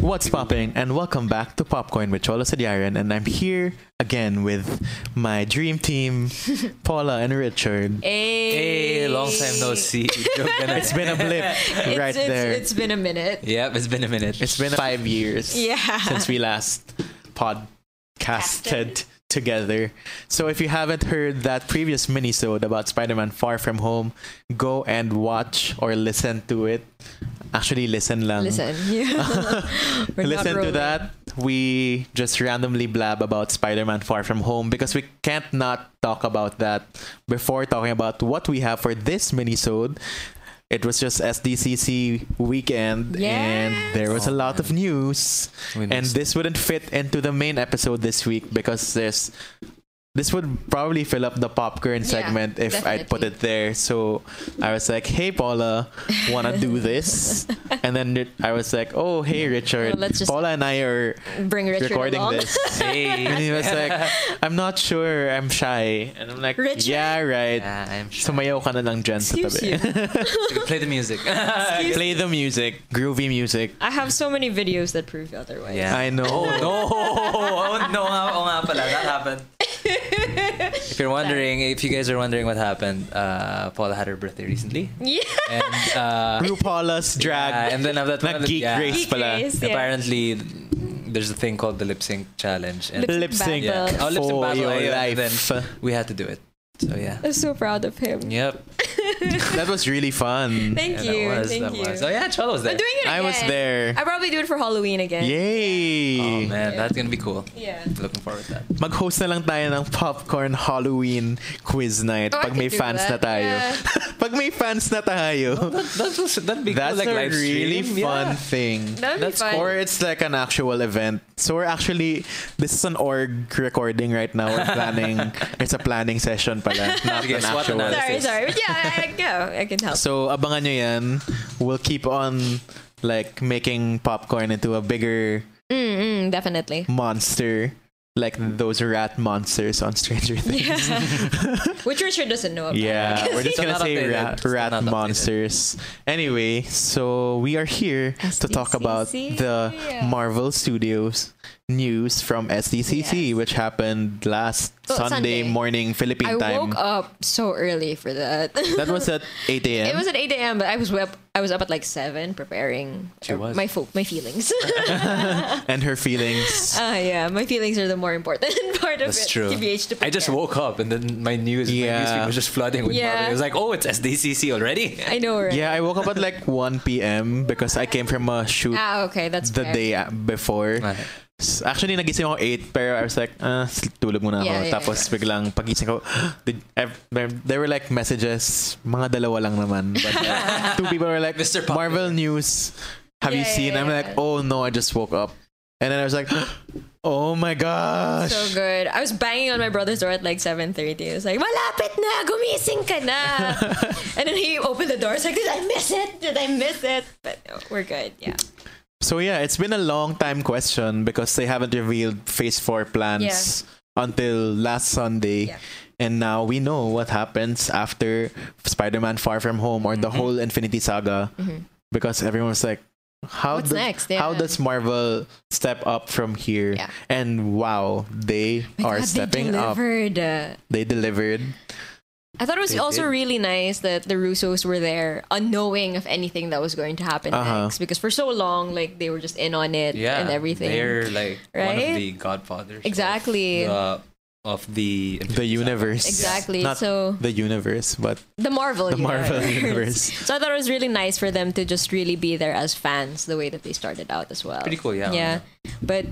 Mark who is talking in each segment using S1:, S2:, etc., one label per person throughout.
S1: What's popping? And welcome back to Popcorn with Cholo Sadiaran. And I'm here again with my dream team, Paula and Richard.
S2: Hey,
S3: Hey, long time no see. Joke ka na.
S1: It's been a blip
S2: It's,
S1: right
S2: it's-
S1: there.
S2: it's been a minute.
S3: Yep, it's been a minute.
S1: it's been five years
S2: Yeah.
S1: since we last podcasted together. So if you haven't heard that previous minisode about Spider-Man Far From Home, go and watch or listen to it. Actually, listen lang.
S2: Listen, yeah. We're not
S1: Listen to
S2: rolling.
S1: that. We just randomly blab about Spider Man Far From Home because we can't not talk about that before talking about what we have for this minisode. It was just SDCC weekend and there was a lot of news.
S3: We
S1: And
S3: missed-
S1: this wouldn't fit into the main episode this week because there's. This would probably fill up the popcorn
S2: Yeah,
S1: segment if I'd put it there. So I was like, hey, Paula, wanna do this? and then it- I was like, oh, hey, Richard.
S2: Well, let's just-
S1: Paula and I are
S2: Bring Richard
S1: recording
S2: along.
S1: this. and
S3: hey.
S1: he was like, I'm not sure, I'm shy. And I'm like,
S2: Richard?
S1: yeah, right.
S3: Ah, I'm sure.
S1: Sumayaw ka na lang dyan sa
S2: Excuse
S1: tabi.
S2: you.
S3: Play the music.
S1: Play the music, groovy music.
S2: I have so many videos that prove otherwise.
S3: Yeah.
S1: I know.
S3: Oh no! Oh no! Nga, oh, nga pala. That happened. If you're wondering, if you guys are wondering what happened, uh, Paula had her birthday recently,
S2: Yeah.
S3: and uh,
S1: RuPaula's drag.
S3: yeah, and then after that, one of the-
S1: Nag-geek
S3: yeah,
S1: race
S2: Geek
S1: pala.
S2: race. Yeah.
S3: apparently there's a thing called the lip sync challenge, and
S2: Lip-
S1: Lip sync
S2: Yeah.
S3: Oh, lip sync
S1: for
S3: battle,
S1: your
S3: yeah, and
S1: life.
S3: we had to do it. So yeah.
S2: I'm so proud of him.
S3: Yep.
S1: that was really fun.
S2: Thank
S3: Yeah,
S2: you.
S3: That was,
S2: Thank
S3: that
S2: you.
S3: was. Oh yeah, Cholo was there.
S2: I'm doing it again.
S1: I was there.
S2: I probably do it for Halloween again.
S1: Yay!
S3: Oh man, that's gonna be cool.
S2: Yeah.
S3: Looking forward to that.
S1: Mag-host na lang tayo ng popcorn Halloween quiz night
S2: Oh, I
S1: pag
S2: could
S1: may
S2: do
S1: fans
S2: that.
S1: na tayo. pag may fans na tayo.
S3: That was that'd be
S1: That's
S3: cool, Oh, like
S1: a
S3: live stream.
S1: really fun
S3: Yeah.
S1: thing.
S2: That would be
S3: That's
S2: fun.
S1: Or it's like an actual event. So we're actually this is an org recording right now. We're planning. it's a planning session pala, not
S3: Sige,
S1: an
S3: SWOT
S1: actual.
S3: analysis.
S2: Sorry, sorry. But yeah, I, I go. I can help.
S1: So abangan nyo yan. We'll keep on like making popcorn into a bigger
S2: Mm, mm, definitely.
S1: monster like those rat monsters on Stranger Things.
S2: Which Richard doesn't know about.
S1: Yeah, we're just
S3: Still
S1: gonna
S3: not
S1: say
S3: updated.
S1: rat,
S3: Still not
S1: rat
S3: updated.
S1: monsters. Anyway, so we are here to talk about
S2: SDCC.
S1: the Marvel Studios news from SDCC,
S2: Yes.
S1: which happened last
S2: Oh,
S1: Sunday,
S2: Sunday.
S1: morning Philippine
S2: I
S1: time.
S2: woke up so early for that.
S1: That was at 8 a.m.
S2: It was at 8 a.m., but I was up. I was up at like seven preparing uh,
S3: She was.
S2: my fo- my feelings.
S1: and her feelings.
S2: Ah, yeah, my feelings are the more important part of
S3: That's
S2: it.
S3: true.
S2: TBH to
S3: I just
S2: prepare.
S3: woke up and then my news,
S1: Yeah.
S3: my newsfeed was just flooding with
S2: Yeah.
S3: Marvel. It was like, oh, it's SDCC already.
S2: I know, right?
S1: Yeah, I woke up at like 1 p.m. because I came from a shoot
S2: Ah, okay, that's
S1: the
S2: fair.
S1: day a- before.
S3: Ah.
S1: S- Actually, nagising ako 8, pero I was like, ah, sl- tulog muna ako.
S2: Yeah, yeah,
S1: Tapos biglang pagising ko, did, ev- there- there were like messages, mga dalawa lang naman. But like, two people were like,
S3: Mr. Popular.
S1: Marvel News, have you
S2: Yeah,
S1: seen?
S2: yeah,
S1: I'm
S2: yeah.
S1: like, oh no, I just woke up. And then I was like, oh my gosh.
S2: So good. I was banging on my brother's door at like 7.30. I was like, malapit na! Gumising ka na! and then he opened the door. I was like, did I miss it? Did I miss it? But no, we're good. Yeah.
S1: So yeah, it's been a long time question because they haven't revealed phase four plans until last Sunday.
S2: Yeah.
S1: And now we know what happens after Spider-Man Far From Home or
S2: Mm-hmm.
S1: the whole Infinity Saga because everyone was like how
S2: What's
S1: do-
S2: next?
S1: how
S2: Yeah.
S1: does Marvel step up from here?
S2: Yeah.
S1: And wow, they are stepping up.
S2: up.
S1: They delivered.
S2: I thought it was
S3: They
S2: also
S3: did.
S2: really nice that the Russos were there, unknowing of anything that was going to happen
S1: Uh-huh.
S2: next. Because for so long, like they were just in on it
S3: Yeah.
S2: and everything.
S3: They're like one
S2: Right?
S3: of the godfathers.
S2: Exactly.
S3: Of the, of the,
S1: The universe.
S2: Exactly.
S1: Not
S2: so
S1: the universe, but
S2: the Marvel,
S1: the Marvel universe.
S2: so I thought it was really nice for them to just really be there as fans, the way that they started out as well.
S3: Pretty cool, yeah.
S2: Yeah, but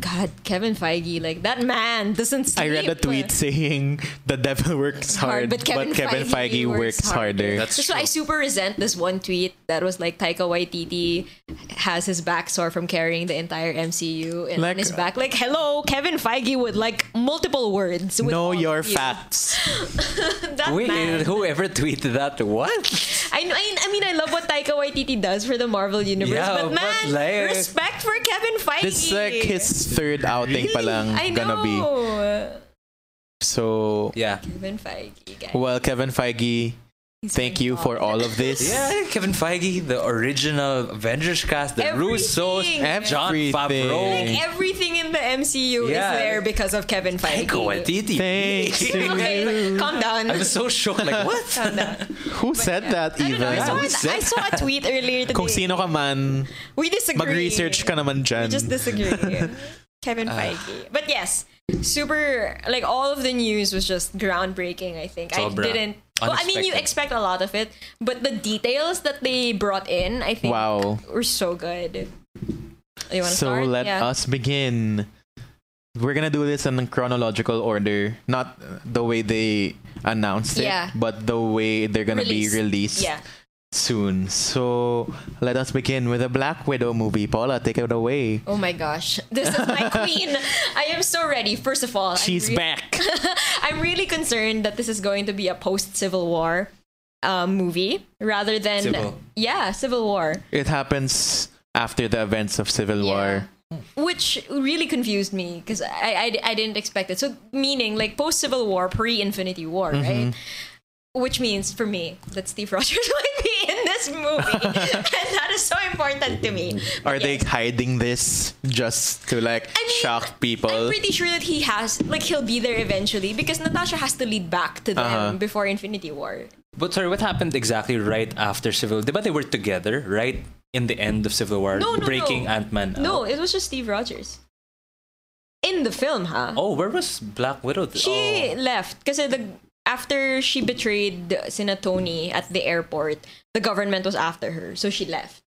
S2: God, Kevin Feige, like that man doesn't sleep.
S1: I read a tweet saying the devil works hard, but Kevin, Feige, works, harder.
S3: That's
S2: That's why I
S3: true.
S2: super resent this one tweet that was like Taika Waititi has his back sore from carrying the entire MCU and
S1: Like- uh,
S2: on his back. Like, hello, Kevin Feige with like multiple words. with
S1: know
S2: all
S1: your
S2: of you.
S1: facts.
S2: that
S3: Wait,
S2: man.
S3: whoever tweeted that, what?
S2: I, kn- I, I mean, I love what Taika Waititi does for the Marvel universe,
S3: Yeah,
S2: but
S3: but
S2: man,
S3: like-
S2: respect for Kevin Feige.
S1: This is like his third outing pa lang
S2: I know.
S1: gonna be. So,
S3: Yeah.
S2: Kevin Feige, guys.
S1: well, Kevin Feige Thank you for all of this.
S3: Yeah, Kevin Feige, the original Avengers cast, the
S2: Everything.
S3: Russos, John
S1: Everything.
S3: Favreau,
S2: Like everything in the MCU
S3: Yeah.
S2: is there because of Kevin Feige.
S3: Taika Waititi.
S1: Thanks to
S2: Okay, calm down.
S3: I'm so shook. Like what?
S2: Calm down.
S1: Who said that
S2: I
S1: even?
S2: don't know. I saw,
S1: Who
S2: a, I
S1: said-
S2: saw a tweet earlier today.
S1: Kung sino ka man,
S2: we disagree.
S1: mag-research ka Ah. naman dyan.
S2: We just disagree. Kevin Feige. But yes, super. Like all of the news was just groundbreaking. I think
S3: Sobra.
S2: I didn't. Well, I mean, you expect
S3: Unexpected.
S2: a lot of it, but the details that they brought in, I think,
S1: Wow.
S2: were so good. You want to
S1: So
S2: start?
S1: let
S2: yeah.
S1: us begin. We're gonna do this in a chronological order, not the way they announced it,
S2: Yeah.
S1: but the way they're gonna
S2: Release.
S1: be released
S2: Yeah.
S1: soon. So let us begin with the Black Widow movie. Paula, take it away.
S2: Oh my gosh, this is my queen. I am so ready. First of all, I'm
S1: She's
S2: re-
S1: back.
S2: I'm really concerned that this is going to be a post Civil War uh, movie rather than
S3: Civil.
S2: yeah Civil War,
S1: It happens after the events of Civil War. Hmm.
S2: which really confused me because I, I I didn't expect it. So meaning like post Civil War, pre Infinity War,
S1: Mm-hmm.
S2: right? Which means for me that Steve Rogers might be in this movie, and that is so important to me.
S1: Are
S2: But
S1: they
S2: yes.
S1: hiding this just to like
S2: I mean,
S1: shock people?
S2: I'm pretty sure that he has, like, he'll be there eventually because Natasha has to lead back to them
S1: Uh-huh.
S2: before Infinity War.
S3: But sorry, what happened exactly right after Civil? War? But they were together right in the end of Civil War,
S2: No, no, no.
S3: breaking Ant Man.
S2: No, it was just Steve Rogers. In the film, huh?
S3: Oh, where was Black Widow? th-
S2: She
S3: oh.
S2: left kasi the after she betrayed Sina Tony at the airport, the government was after her, so she left.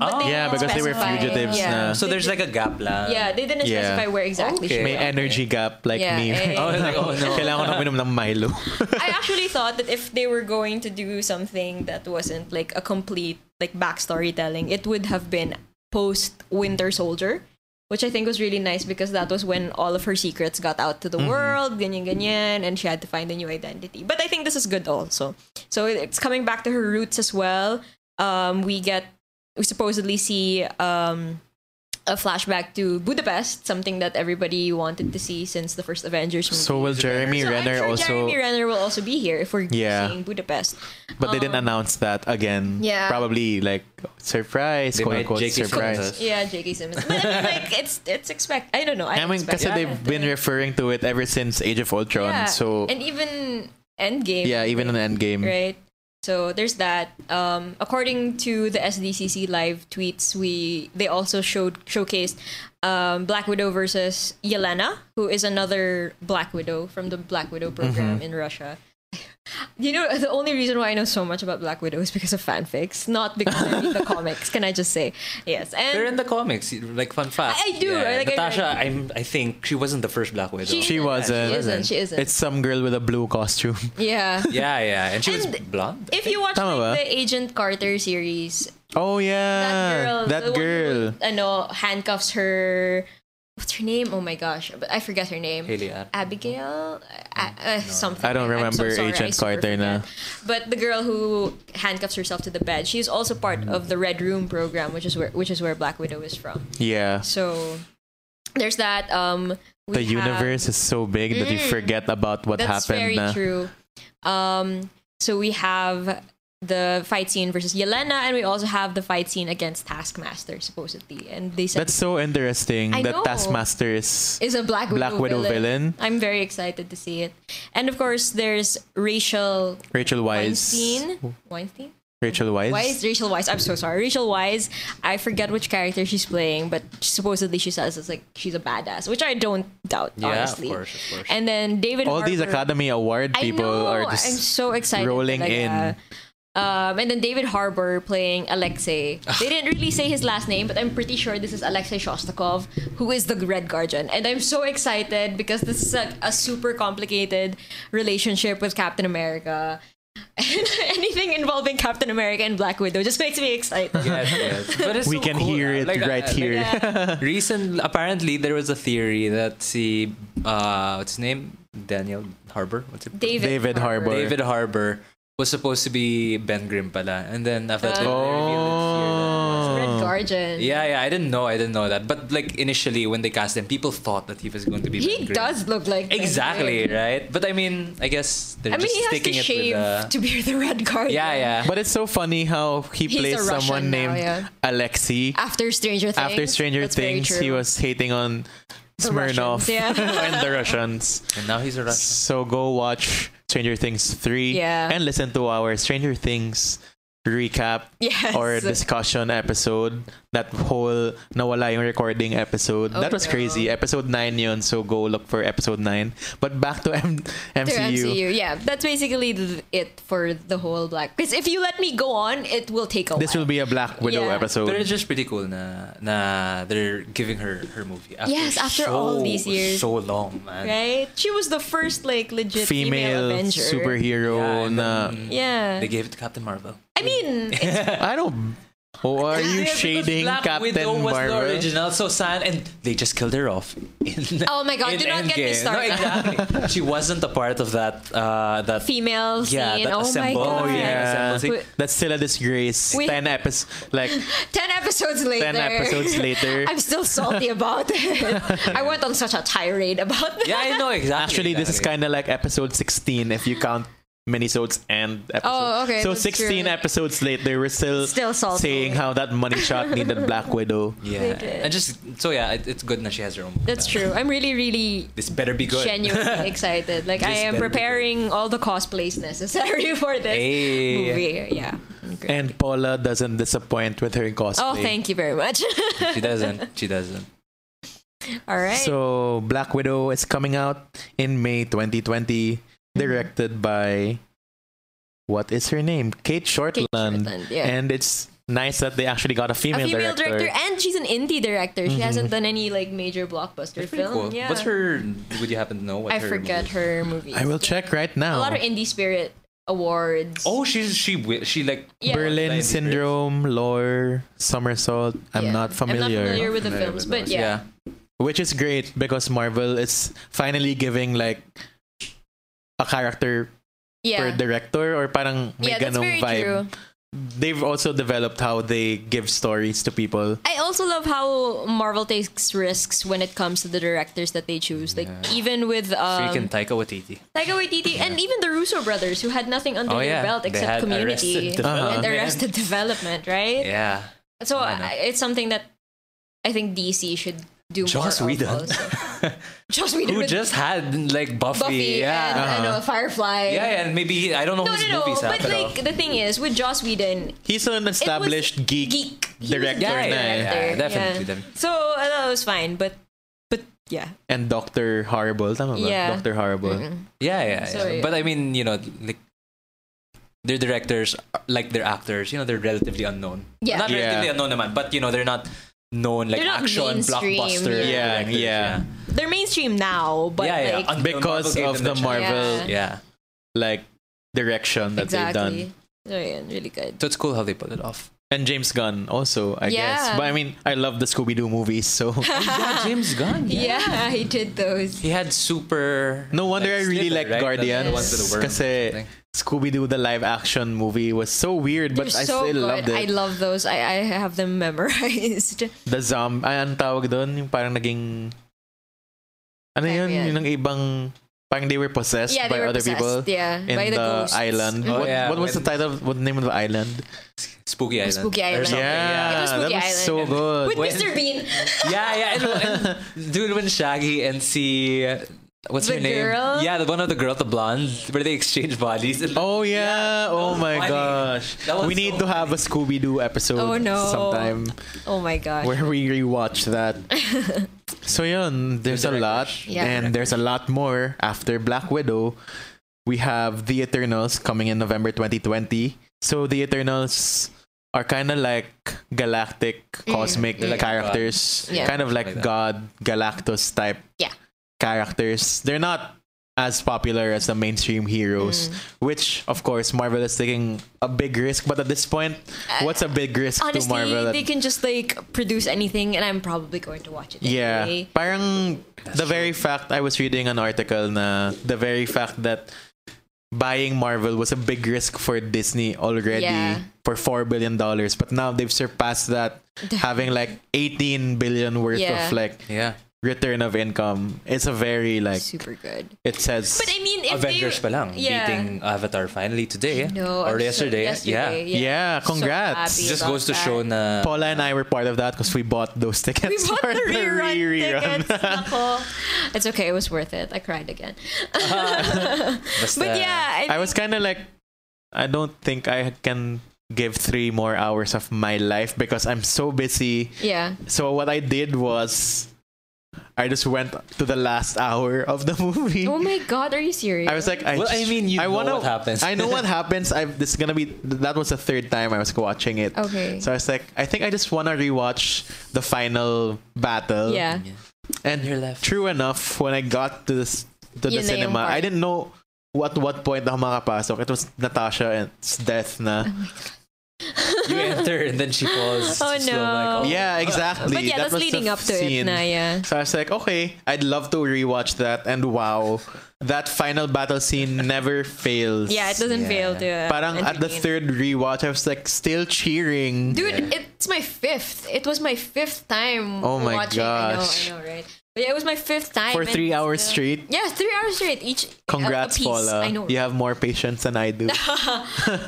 S3: Oh.
S2: they
S1: Yeah,
S2: didn't
S1: because they were
S2: specify.
S1: fugitives
S2: Yeah.
S1: na.
S3: So there's like a gap lang.
S2: Yeah, they didn't
S1: Yeah.
S2: specify where exactly she
S3: Okay.
S1: May
S2: went.
S1: energy gap like
S2: Yeah,
S1: me.
S2: eh.
S3: Oh, like, oh no.
S1: Kailangan ko na minom ng Milo.
S2: I actually thought that if they were going to do something that wasn't like a complete like backstory telling, it would have been post Winter Soldier, which I think was really nice because that was when all of her secrets got out to the world, ganyan ganyan, and she had to find a new identity. But I think this is good also. So it- it's coming back to her roots as well. Um, we get we supposedly see um a flashback to Budapest, something that everybody wanted to see since the first Avengers movie.
S1: So will Jeremy
S2: So I'm
S1: Renner
S2: sure
S1: also,
S2: Jeremy Renner will also be here if we're
S1: Yeah.
S2: seeing Budapest.
S1: but they didn't announce that again.
S2: Oh. Yeah.
S1: probably like surprise,
S3: They
S1: quote
S3: might
S1: unquote
S3: J.K.
S1: surprise.
S3: Simmons.
S2: Yeah, J.K. Simmons. But I mean, like it's it's expect. I don't know.
S1: I
S2: I,
S1: mean,
S2: expect
S1: because they've been referring to it ever since Age of Ultron.
S2: yeah.
S1: So
S2: and even Endgame.
S1: yeah, even in Endgame,
S2: right. So there's that. Um, according to the SDCC live tweets, we they also showed showcased um, Black Widow versus Yelena, who is another Black Widow from the Black Widow program in Russia. You know, the only reason why I know so much about Black Widow is because of fanfics, not because I read the comics. Can I just say yes? And
S3: They're in the comics. Like fun fact.
S2: I- I do, right? Like, I-
S3: Natasha, I, am I think she wasn't the first Black Widow.
S1: she wasn't.
S2: She isn't. She isn't.
S1: It's some girl with a blue costume.
S2: yeah.
S3: yeah, yeah, and she was
S2: And-
S3: blonde.
S2: If you watch
S1: Tama
S2: like,
S1: ba?
S2: the Agent Carter series,
S1: Oh yeah,
S2: that girl. the
S1: that
S2: one
S1: girl.
S2: Who, ano, handcuffs her. What's her name? Oh my gosh, but I forget her name.
S3: Haley Atwell.
S2: Abigail, uh, uh, something.
S1: I don't
S2: I'm so
S1: remember
S2: sorry, I
S1: Agent
S2: super
S1: Carter na.
S2: forget. But the girl who handcuffs herself to the bed, she's also part of the Red Room program, which is where which is where Black Widow is from.
S1: Yeah,
S2: So there's that. Um, we
S1: the
S2: have-
S1: universe is so big that you
S2: Mm.
S1: forget about what
S2: that's
S1: happened.
S2: very
S1: na.
S2: true. Um, so we have the fight scene versus Yelena, and we also have the fight scene against Taskmaster, supposedly. And they said
S1: That's so interesting
S2: I
S1: that
S2: know.
S1: Taskmaster is
S2: is a Black Widow,
S1: Black Widow villain.
S2: I'm very excited to see it. And of course, there's Rachel
S1: Rachel Wise.
S2: Weinstein. Weinstein?
S1: Rachel Wise.
S2: Why is Rachel Wise? I'm so sorry. Rachel Wise, I forget which character she's playing, but supposedly she says it's like she's a badass, which I don't doubt,
S3: Yeah, of
S2: honestly.
S3: course, of course.
S2: And then David
S1: All these
S2: Harbour-
S1: Academy Award people
S2: I know,
S1: are
S2: I'm
S1: just
S2: so excited
S1: rolling
S2: talaga. Um, and then David Harbour playing Alexei. They didn't really say his last name, but I'm pretty sure this is Alexei Shostakov, who is the Red Guardian. And I'm so excited because this is a, a super complicated relationship with Captain America. And anything involving Captain America and Black Widow just makes me excited.
S3: Yes, yes. But it's
S1: we
S3: so
S1: can
S3: cool,
S1: hear
S3: ah.
S1: it
S3: Like,
S1: right
S3: ah, like,
S1: here.
S3: Recent, apparently, there was a theory that see, uh, what's his name? Daniel Harbor. What's it?
S2: David,
S1: David Harbour.
S3: David Harbor was supposed to be Ben Grimm, pala, and then after that, they revealed it here that it wasn't.
S2: Red
S1: Oh.
S2: Guardian.
S3: Oh. Yeah, yeah, I didn't know, I didn't know that. But like initially, when they cast him, people thought that he was going to be.
S2: He
S3: Ben Grimm.
S2: does look like Ben
S3: Exactly
S2: Grimm.
S3: right, but I mean, I guess they're
S2: I mean,
S3: just
S2: he has to
S3: sticking it
S2: shave
S3: with the.
S2: to be the Red Guardian.
S3: Yeah, yeah.
S1: But it's so funny how he
S2: He's a
S1: plays someone
S2: Russian now,
S1: named
S2: yeah.
S1: Alexei.
S2: After Stranger Things.
S1: After Stranger
S2: that's very
S1: Things,
S2: true.
S1: he was hating on
S2: The
S1: Smirnoff
S2: Russians, yeah.
S1: and the Russians.
S3: And now he's a Russian.
S1: So go watch Stranger Things 3
S2: Yeah.
S1: and listen to our Stranger Things recap
S2: Yes.
S1: or discussion episode. That whole nawala yung recording episode.
S2: Oh,
S1: that was
S2: no.
S1: crazy. Episode 9 yun. So go look for episode 9. But back to M-
S2: To
S1: MCU.
S2: MCU. Yeah, that's basically th- it for the whole Black. Because if you let me go on, it will take a
S1: This
S2: while.
S1: will be a Black Widow
S2: Yeah.
S1: episode.
S3: But it's just pretty cool na, na they're giving her her movie. After
S2: Yes, after
S3: so,
S2: all these years.
S3: So long, man.
S2: right? She was the first like legit
S1: female,
S2: female, Avenger.
S1: superhero
S3: Yeah, and
S1: na
S3: then
S2: Yeah.
S3: They gave it to Captain Marvel.
S2: I mean, it's-
S1: I don't Oh, are
S3: Yeah,
S1: you
S3: because
S1: shading
S3: Black
S1: Captain
S3: Widow was
S1: Marvel?
S3: the original, so sad, and they just killed her off. In,
S2: Oh my God,
S3: in
S2: do not get me
S3: Endgame.
S2: started.
S3: No, exactly. she wasn't a part of that. Uh, that
S2: female scene.
S3: yeah, that
S2: oh my
S3: assemble.
S2: god.
S1: Oh, yeah.
S3: Assemble scene.
S2: Wait.
S1: That's still a disgrace.
S2: We-
S1: Ten episodes, like
S2: Ten episodes later.
S1: ten episodes later.
S2: I'm still salty about it. I went on such a tirade about that.
S3: Yeah, I know exactly.
S1: Actually, this is
S3: exactly.
S1: kind of like episode 16 if you count minisodes and episodes.
S2: Oh, okay,
S1: So
S2: that's
S1: 16
S2: true.
S1: episodes later, we're still
S2: Still salty.
S1: saying how that money shot needed Black Widow.
S3: Yeah, and just so yeah, it, it's good that she has her own. movie
S2: That's
S3: now.
S2: true. I'm really, really
S3: This better be good.
S2: genuinely excited. Like I
S3: This
S2: am
S3: better be
S2: preparing all the cosplays necessary for this
S3: Hey.
S2: movie. Yeah. Okay.
S1: And Paula doesn't disappoint with her cosplay.
S2: Oh, thank you very much.
S3: She doesn't. She doesn't.
S2: all right.
S1: So Black Widow is coming out in May 2020,
S2: Mm-hmm.
S1: directed by what is her name? Kate Shortland.
S2: Shortland, yeah.
S1: And it's nice that they actually got a
S2: a
S1: female,
S2: female director. and she's an indie director. She hasn't done any like major blockbuster
S3: Mm-hmm. That's pretty
S2: film.
S3: cool.
S2: Yeah.
S3: What's her? Would you happen to know what
S2: I
S3: her?
S2: forget
S3: movie-
S2: her movie.
S1: I will check right now.
S2: A lot of indie spirit awards.
S3: Oh, she's she wi- she like
S2: Yeah.
S1: Berlin
S3: Lady
S1: Syndrome, Lore, Somersault. I'm
S2: Yeah.
S1: not familiar.
S2: I'm not familiar with the
S3: familiar
S2: films, but
S3: with those.
S2: yeah.
S1: Which is great because Marvel is finally giving like a character
S2: Yeah.
S1: per director or parang may
S2: yeah, that's
S1: ganong
S2: very
S1: vibe.
S2: true.
S1: They've also developed how they give stories to people.
S2: I also love how Marvel takes risks when it comes to the directors that they choose. Like even with um,
S3: Freaking Taika Waititi.
S2: Taika Waititi and even the Russo brothers, who had nothing under
S3: Oh,
S2: their
S3: yeah.
S2: belt
S3: They
S2: except
S3: had
S2: Community
S3: Arrested Development. Uh-huh.
S2: and Arrested Development, right?
S3: Yeah.
S2: So
S3: I know.
S2: I, it's something that I think DC should do
S3: Joss
S2: more.
S3: Whedon.
S2: Of also. Joss Whedon
S3: Who
S2: with
S3: just had like Buffy.
S2: Buffy and
S3: yeah. uh-huh.
S2: I know Firefly.
S3: yeah, yeah, and maybe he- I don't know
S2: No,
S3: whose
S2: no, no.
S3: movies
S2: But
S3: happened.
S2: like the thing is, with Joss Whedon,
S1: He's an established geek,
S2: geek He was a
S1: director na
S3: Yeah, yeah,
S1: eh.
S3: yeah. definitely,
S2: yeah.
S3: definitely.
S2: So uh, that was fine, but but yeah,
S1: and Doctor Horrible. Tama ba?
S2: Yeah.
S1: Doctor Horrible.
S3: yeah, yeah, yeah.
S2: So, yeah.
S3: But I mean, you know, like their directors, are- like their actors, you know, they're relatively unknown.
S2: Yeah.
S3: Not
S1: Yeah.
S3: relatively unknown, naman, but you know, they're not known like
S2: They're not
S3: action
S2: mainstream,
S3: blockbuster.
S1: yeah.
S3: directors,
S1: Yeah,
S2: they're mainstream now, but
S3: yeah, yeah.
S2: like
S3: until
S1: Because
S3: Marvel gave
S1: of
S3: them
S1: the
S3: chance.
S1: Marvel
S2: Yeah.
S3: Yeah.
S1: like direction that they've
S2: exactly.
S1: done.
S2: So yeah, really good.
S3: So it's cool how they pulled it off.
S1: And James Gunn also, I
S2: Yeah.
S1: guess. But I mean, I love the Scooby Doo movies, so
S3: yeah, James Gunn. Yeah.
S2: Yeah, he did those.
S3: He had super.
S1: no wonder I really
S3: Slither,
S1: like
S3: right?
S1: Guardians.
S3: That's the ones with the
S1: Kasi
S3: worm.
S1: Scooby Doo the live action movie was so weird, but I
S2: They're so
S1: still
S2: good.
S1: loved it.
S2: I love those. I, I have them memorized.
S1: the zom ay, ang tawag doon, yung parang naging, ano
S2: Ano
S1: yun,
S2: yan?
S1: yung ibang, parang they were possessed
S2: yeah, they
S1: by
S2: were
S1: other
S2: possessed.
S1: people.
S2: yeah,
S1: in
S2: by
S1: the,
S2: the, ghosts.
S1: island.
S3: Oh,
S1: what,
S3: yeah,
S1: what was the
S3: when-
S1: title? Of, what name of the island?
S3: Spooky Island.
S2: Spooky
S3: or
S2: Island.
S1: that
S2: It was Spooky
S3: something,
S1: was so
S2: Island.
S1: good.
S2: With
S3: When-
S2: Mr. Bean,
S3: yeah, yeah. And, and dude, when Shaggy and see what's
S2: The
S3: her name?
S2: girl?
S3: Yeah, the one of the girl, the blonde, where they exchange bodies. And,
S1: Oh yeah! oh
S3: was
S1: my
S3: funny.
S1: gosh!
S3: That was
S1: We need
S3: so
S1: to have a Scooby Doo episode
S2: Oh, no.
S1: sometime
S2: oh my gosh.
S1: where we rewatch that. so yun, there's a
S3: Good
S1: lot,
S3: directors.
S2: Yeah.
S1: and there's a lot more after Black Widow. We have The Eternals coming in November 2020. So The Eternals are kind of like galactic, cosmic
S3: They're like
S1: characters,
S2: Mm, Yeah.
S1: kind of like,
S3: Like that.
S1: God, Galactus type
S2: Yeah.
S1: characters. They're not as popular as the mainstream heroes,
S2: Mm.
S1: which of course Marvel is taking a big risk. But at this point, what's a big risk to Marvel?
S2: Uh, Honestly,
S1: at
S2: they can just like produce anything, and I'm probably going to watch it.
S1: Yeah.
S2: anyway.
S1: Parang the very fact I was reading an article na the very fact that buying Marvel was a big risk for Disney already
S2: Yeah.
S1: for four billion dollars, but now they've surpassed that, having like eighteen billion worth
S2: Yeah.
S1: of like
S3: Yeah.
S1: return of income. It's a very like
S2: super good.
S1: it says.
S2: But I mean, if
S3: Avengers
S2: they,
S3: pa lang.
S2: yeah.
S3: Beating Avatar finally today.
S2: No,
S3: or
S2: I'm so-
S3: yesterday.
S2: yesterday,
S3: Yeah.
S1: yeah. congrats.
S2: happy.
S3: It just
S2: about
S3: goes to
S2: that.
S3: show na
S1: Paula and I were part of that because we bought those tickets.
S2: We bought
S1: for
S2: the rerun,
S1: rerun.
S2: tickets. Nako. It's okay. It was worth it. I cried again.
S3: basta,
S2: But yeah,
S1: I was kind of like, I don't think I can give three more hours of my life because I'm so busy.
S2: yeah.
S1: So what I did was, I just went to the last hour of the movie.
S2: Oh my god, are you serious?
S1: I was like, I,
S3: Well, I mean, you know
S1: wanna-
S3: what happens.
S1: I know what happens. I've, this is gonna be. That was the third time I was watching it.
S2: okay.
S1: So I was like, I think I just wanna rewatch the final battle.
S2: yeah.
S1: And
S3: You're left.
S1: True enough, when I got to this to the
S2: Yun na yung
S1: cinema,
S2: part.
S1: I didn't know what what point ako makapasok. It was Natasha and it's death na.
S3: you enter and then she falls.
S2: Oh,
S3: slow,
S2: no.
S3: like, oh.
S1: Yeah, exactly.
S2: But yeah,
S1: That
S2: that's
S1: was the
S2: leading up to it
S1: scene.
S2: na, yeah.
S1: So I was like, okay, I'd love to rewatch that. And wow, that final battle scene never fails.
S2: Yeah, it doesn't
S3: Yeah.
S2: fail to. uh,
S1: Parang at the
S2: entertain.
S1: third rewatch, I was like still cheering.
S2: Dude, it's my fifth. It was my fifth time
S1: Oh my
S2: watching.
S1: gosh.
S2: I know, I know, right? But yeah, it was my fifth time.
S1: for
S2: and
S1: three hours
S2: still-
S1: straight.
S2: Yeah, three hours straight each.
S1: Congrats,
S2: a piece.
S1: Paula.
S2: I know.
S1: You have more patience than I do.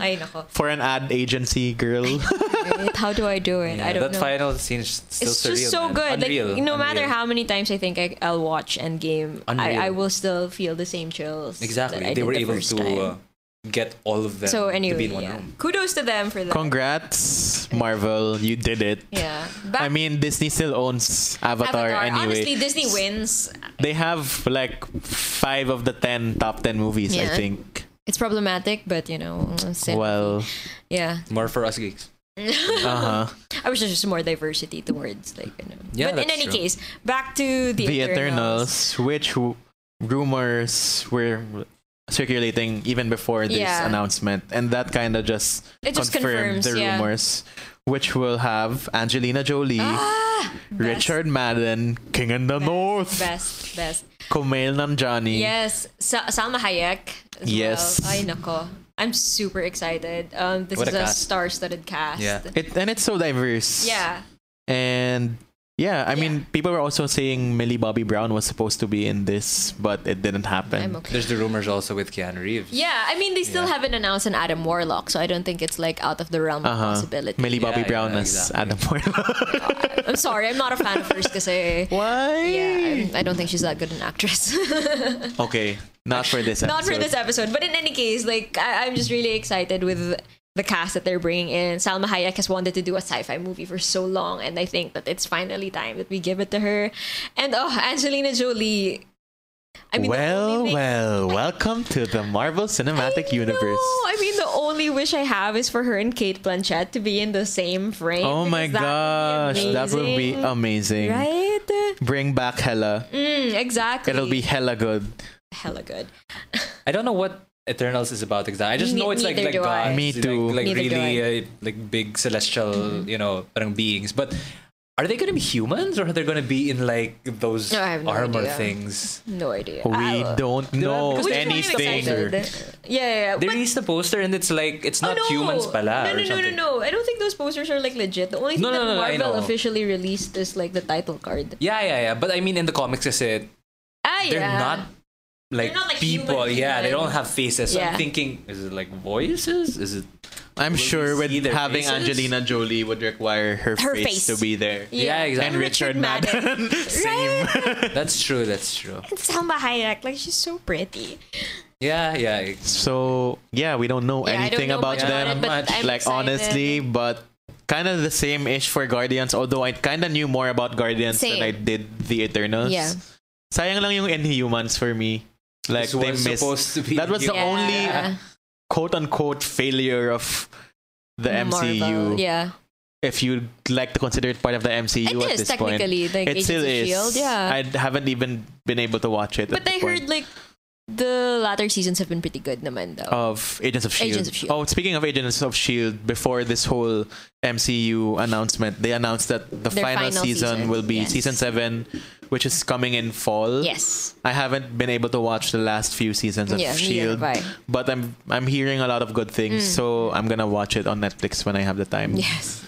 S2: Ay, nako.
S1: for an ad agency girl.
S2: Wait, How do I do it?
S3: Yeah,
S2: I don't
S3: that
S2: know.
S3: final scene is still
S2: it's
S3: surreal.
S2: just so
S3: man.
S2: good.
S3: Unreal.
S2: like no matter
S3: unreal.
S2: how many times I think I, I'll watch Endgame,
S3: Unreal.
S2: I, I will still feel the same chills.
S3: Exactly.
S2: that I did
S3: they were
S2: the
S3: able
S2: first
S3: to
S2: time.
S3: uh, get all of them
S2: so
S3: to be
S2: anyway,
S3: in one
S2: yeah.
S3: room.
S2: kudos to them for that.
S1: Congrats, Marvel. You did it.
S2: yeah. Back
S1: I mean, Disney still owns Avatar, anyway.
S2: Honestly, Disney wins.
S1: They have like five of the ten top ten movies, I
S2: Yeah.
S1: think.
S2: It's problematic, but you know, it's-
S1: Well,
S2: yeah.
S3: More for us geeks. Uh-huh.
S1: uh huh.
S2: I wish there's just more diversity towards like you know.
S3: Yeah,
S2: but in
S3: that's
S2: any
S3: true.
S2: case, back to the,
S1: The Eternals, which w- rumors were circulating even before this
S2: Yeah.
S1: announcement, and that kind of just
S2: It just
S1: confirmed
S2: confirms,
S1: the
S2: yeah.
S1: rumors, which will have Angelina Jolie,
S2: Ah, best,
S1: Richard Madden, King in the North,
S2: Best, best.
S1: Kumail Nanjiani.
S2: Yes, Sa- Salma Hayek. As
S1: Yes.
S2: Well. Ay nako. I'm super excited. Um, this
S3: What
S2: is
S3: a
S2: a,
S3: cast.
S2: star-studded cast.
S3: Yeah.
S1: It and it's so diverse.
S2: Yeah.
S1: And yeah, I mean,
S2: Yeah.
S1: people were also saying Millie Bobby Brown was supposed to be in this, but it didn't happen.
S2: I'm okay.
S3: There's the rumors also with Keanu Reeves.
S2: yeah, I mean they still
S3: Yeah.
S2: haven't announced an Adam Warlock, so I don't think it's like out of the realm of
S1: Uh-huh.
S2: possibility.
S1: Millie Bobby
S3: Yeah,
S1: Brown
S3: yeah,
S1: as
S3: exactly.
S1: Adam Warlock.
S2: I'm sorry, I'm not a fan of hers kasi
S1: Why?
S2: yeah, I'm, I don't think she's that good an actress.
S1: Okay, not for this.
S2: not for
S1: episode.
S2: this episode, but in any case, like I- I'm just really excited with the cast that they're bringing in. Salma Hayek has wanted to do a sci-fi movie for so long, and I think that it's finally time that we give it to her. And oh, Angelina Jolie. I mean, the
S1: well,
S2: only thing-
S1: well, welcome to the Marvel Cinematic Universe.
S2: No, I mean the only wish I have is for her and Kate Blanchett to be in the same frame.
S1: Oh my
S2: because
S1: gosh, that would be amazing.
S2: amazing, right.
S1: Bring back Hella.
S2: Mm, exactly.
S1: It'll be hella good.
S2: hella good.
S3: I don't know what Eternals is about exactly. I just
S2: Ne-
S3: know it's like
S2: neither
S3: like
S2: do I.
S3: gods,
S1: Me
S3: like-
S1: too.
S3: Like,
S2: Neither do Mm-hmm.
S3: really uh, like big celestial, you know, parang beings. But are they gonna be humans or are they gonna be in like those
S2: No, I have no
S3: armor
S2: idea.
S3: things?
S2: No idea.
S1: We
S2: I'll-
S1: don't know
S3: because
S2: Which is why
S3: they
S2: I'm
S1: anything.
S2: excited. Yeah, yeah, yeah.
S3: They
S2: But-
S3: released the poster and it's like it's
S2: Oh,
S3: not humans
S2: No, no,
S3: pala or
S2: no, no,
S3: something.
S2: no. I don't think those posters are like legit. The only thing
S3: No,
S2: that
S3: no, no, I
S2: Marvel
S3: know.
S2: officially released is like the title card.
S3: Yeah, yeah, yeah. But I mean, in the comics, I said
S2: Ah, yeah.
S3: they're not like,
S2: not like
S3: people.
S2: human,
S3: yeah, they
S2: human.
S3: don't have faces. So
S2: Yeah.
S3: I'm thinking, is it like voices? Is it?
S1: I'm
S3: Will we
S1: sure with
S3: see their
S1: having
S3: faces?
S1: Angelina Jolie would require her,
S2: Her
S1: face,
S2: face.
S1: to be there.
S3: Yeah, exactly.
S1: And Richard, Madden. Same.
S3: That's true. That's true.
S2: And Salma Hayek, like she's so pretty.
S3: Yeah, yeah. it-
S1: So yeah, we don't know
S2: Yeah, I don't
S1: anything
S2: know
S1: about
S2: much about
S1: them.
S2: it, but I'm
S1: like
S2: excited.
S1: honestly, but kind of the same ish for Guardians. Although I kind of knew more about Guardians
S2: Same.
S1: than I did the Eternals.
S2: Yeah.
S1: Sayang lang yung Inhumans for me. Like
S3: this
S1: they
S3: was
S1: missed.
S3: supposed to be
S1: That was the
S3: human.
S1: only
S2: Yeah.
S1: quote unquote failure of the MCU.
S2: Marvel, yeah,
S1: If you like to consider it part of the MCU
S2: it
S1: at
S2: is
S1: this point,
S2: technically like
S1: it still is.
S2: Agents of Shield. E Yeah,
S1: I haven't even been able to watch it.
S2: but
S1: at the
S2: I
S1: point.
S2: heard like The latter seasons have been pretty good naman though.
S1: of Agents of Shield.
S2: Agents of S.H.I.E.L.D..
S1: Oh, speaking of Agents of Shield, E before this whole MCU announcement, they announced that the
S2: Their
S1: final,
S2: final
S1: season,
S2: season,
S1: will be
S2: yes.
S1: season seven, which is coming in fall.
S2: yes.
S1: I haven't been able to watch the last few seasons of
S2: Yeah, neither
S1: Shield,
S2: have I.
S1: E but I'm I'm hearing a lot of good things, so I'm gonna watch it on Netflix when I have the time.
S2: Mm. Yes.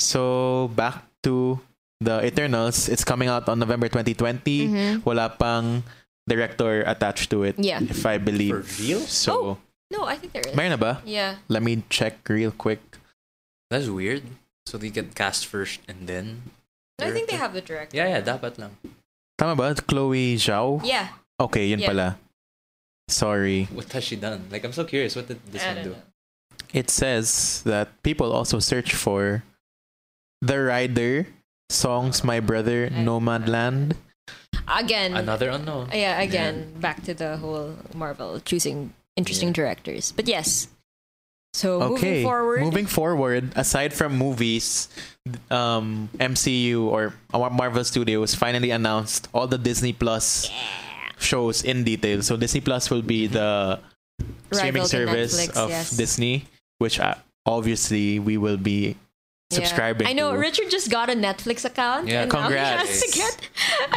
S1: So back to the Eternals, it's coming out on November 2020.
S2: Mhm.
S1: Wala pang director attached to it,
S2: Yeah. Oh.
S1: if I believe.
S3: real?
S1: So,
S2: No, I think there is.
S1: meron na ba?
S2: yeah.
S1: Let me check real quick.
S3: That's weird. So they get cast first and then.
S2: I think they
S3: director?
S2: have the director.
S3: Yeah, yeah, dapat lang.
S1: Tama ba? Chloe Zhao?
S2: Yeah.
S1: Okay, yun
S2: Yeah.
S1: pala. Sorry.
S3: What has she done? Like, I'm so curious. What did this
S2: I
S3: one
S2: don't
S3: do?
S2: know.
S1: It says that people also search for The Rider, Songs My Brother,
S2: I-
S1: Nomadland.
S2: Again.
S3: Another unknown.
S2: yeah, again, back to the whole Marvel choosing interesting directors. But yes. So
S1: okay.
S2: moving forward.
S1: Moving forward, aside from movies, um, MCU or our Marvel Studios finally announced all the Disney Plus shows in detail. So Disney Plus will be the streaming
S2: Rival to
S1: service
S2: Netflix,
S1: of
S2: yes.
S1: Disney, which uh, obviously we will be
S2: Yeah.
S1: subscribing.
S2: I
S1: to.
S2: know Richard just got a Netflix account. and
S3: Yeah,
S2: now he
S1: congrats.
S2: has to get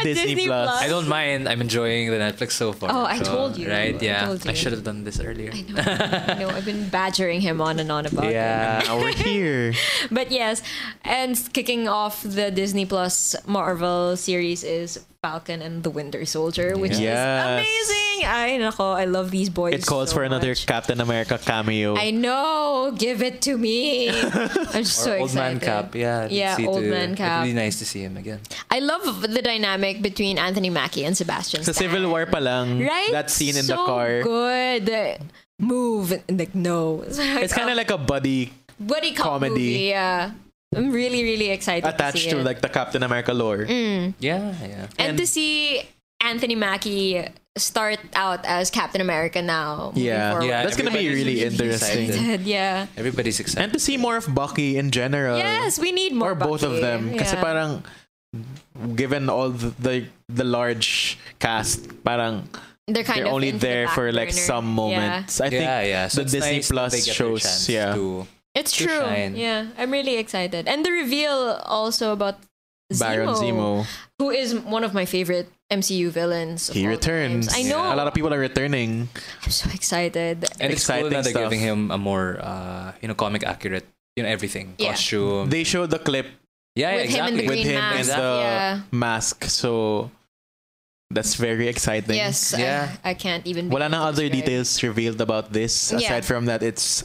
S2: a
S1: Disney
S2: Disney,
S1: Plus.
S2: Plus.
S3: I don't mind. I'm enjoying the Netflix so far.
S2: Oh, I
S3: so,
S2: told you.
S3: Right?
S2: I
S3: Yeah.
S2: told you.
S3: I should have done this earlier.
S2: I know. I know. I've been badgering him on and on about it.
S3: Yeah.
S1: Yeah, we're here.
S2: But yes, and kicking off the Disney Plus Marvel series is Falcon and the Winter Soldier, which
S1: Yes.
S2: is amazing. I nako, I love these boys.
S1: It calls
S2: so
S1: for another
S2: much.
S1: Captain America cameo.
S2: I know. Give it to me. I'm just
S3: Or
S2: so
S3: old
S2: excited.
S3: man Cap. Yeah. let's
S2: Yeah,
S3: see
S2: old
S3: to-
S2: man
S3: It'd
S2: Cap.
S3: be nice to see him again.
S2: I love the dynamic between Anthony Mackie and Sebastian.
S1: Sa
S2: Stan.
S1: Civil War pa lang,
S2: right?
S1: that scene in the
S2: So
S1: car.
S2: Good The move. and, Like no,
S1: It's kind of like a buddy
S2: buddy cop
S1: comedy.
S2: movie, Yeah, I'm really really excited
S1: attached
S2: to, see
S1: to
S2: it.
S1: like the Captain America lore.
S3: Yeah, yeah.
S2: and to see Anthony Mackie start out as Captain America now. moving
S1: Yeah.
S2: forward.
S3: Yeah,
S1: That's gonna be
S3: everybody's
S1: really interesting.
S2: Excited,
S3: excited.
S2: Yeah.
S3: Everybody's excited.
S1: And to see more of Bucky in general.
S2: Yes, we need more.
S1: Uh, or both of
S2: Bucky.
S1: them. Kasi
S2: Yeah.
S1: parang given all the the, the large cast, parang
S2: they're kind
S1: they're
S2: of
S1: only
S2: into the
S1: there
S2: back
S1: for like
S2: burner.
S1: some moments. I think
S3: yeah, yeah. So
S1: the
S3: it's
S1: Disney
S3: nice that
S1: Plus
S3: they get their
S1: shows,
S3: chance
S1: yeah.
S3: to-
S2: Yeah. It's
S3: to
S2: true.
S3: shine.
S2: Yeah, I'm really excited, and the reveal also about
S1: Baron Zemo,
S2: who is one of my favorite MCU villains. of
S1: he
S2: all
S1: returns.
S2: times. I know.
S1: a lot of people are returning.
S2: I'm so excited.
S3: and it's cool
S1: Exciting
S3: that they're
S1: stuff.
S3: giving him a more, uh, you know, comic accurate, you know, everything,
S2: Yeah.
S3: costume.
S1: They showed the clip
S3: yeah, yeah,
S2: With him and
S3: exactly.
S2: the
S1: with
S2: Green
S1: him
S2: mask,
S1: and the
S2: yeah.
S1: mask, so that's very exciting.
S2: Yes.
S3: Yeah.
S2: I, I can't even.
S1: Wala
S2: begin
S1: na
S2: to
S1: other
S2: describe.
S1: details revealed about this.
S2: Yeah.
S1: Aside from that, it's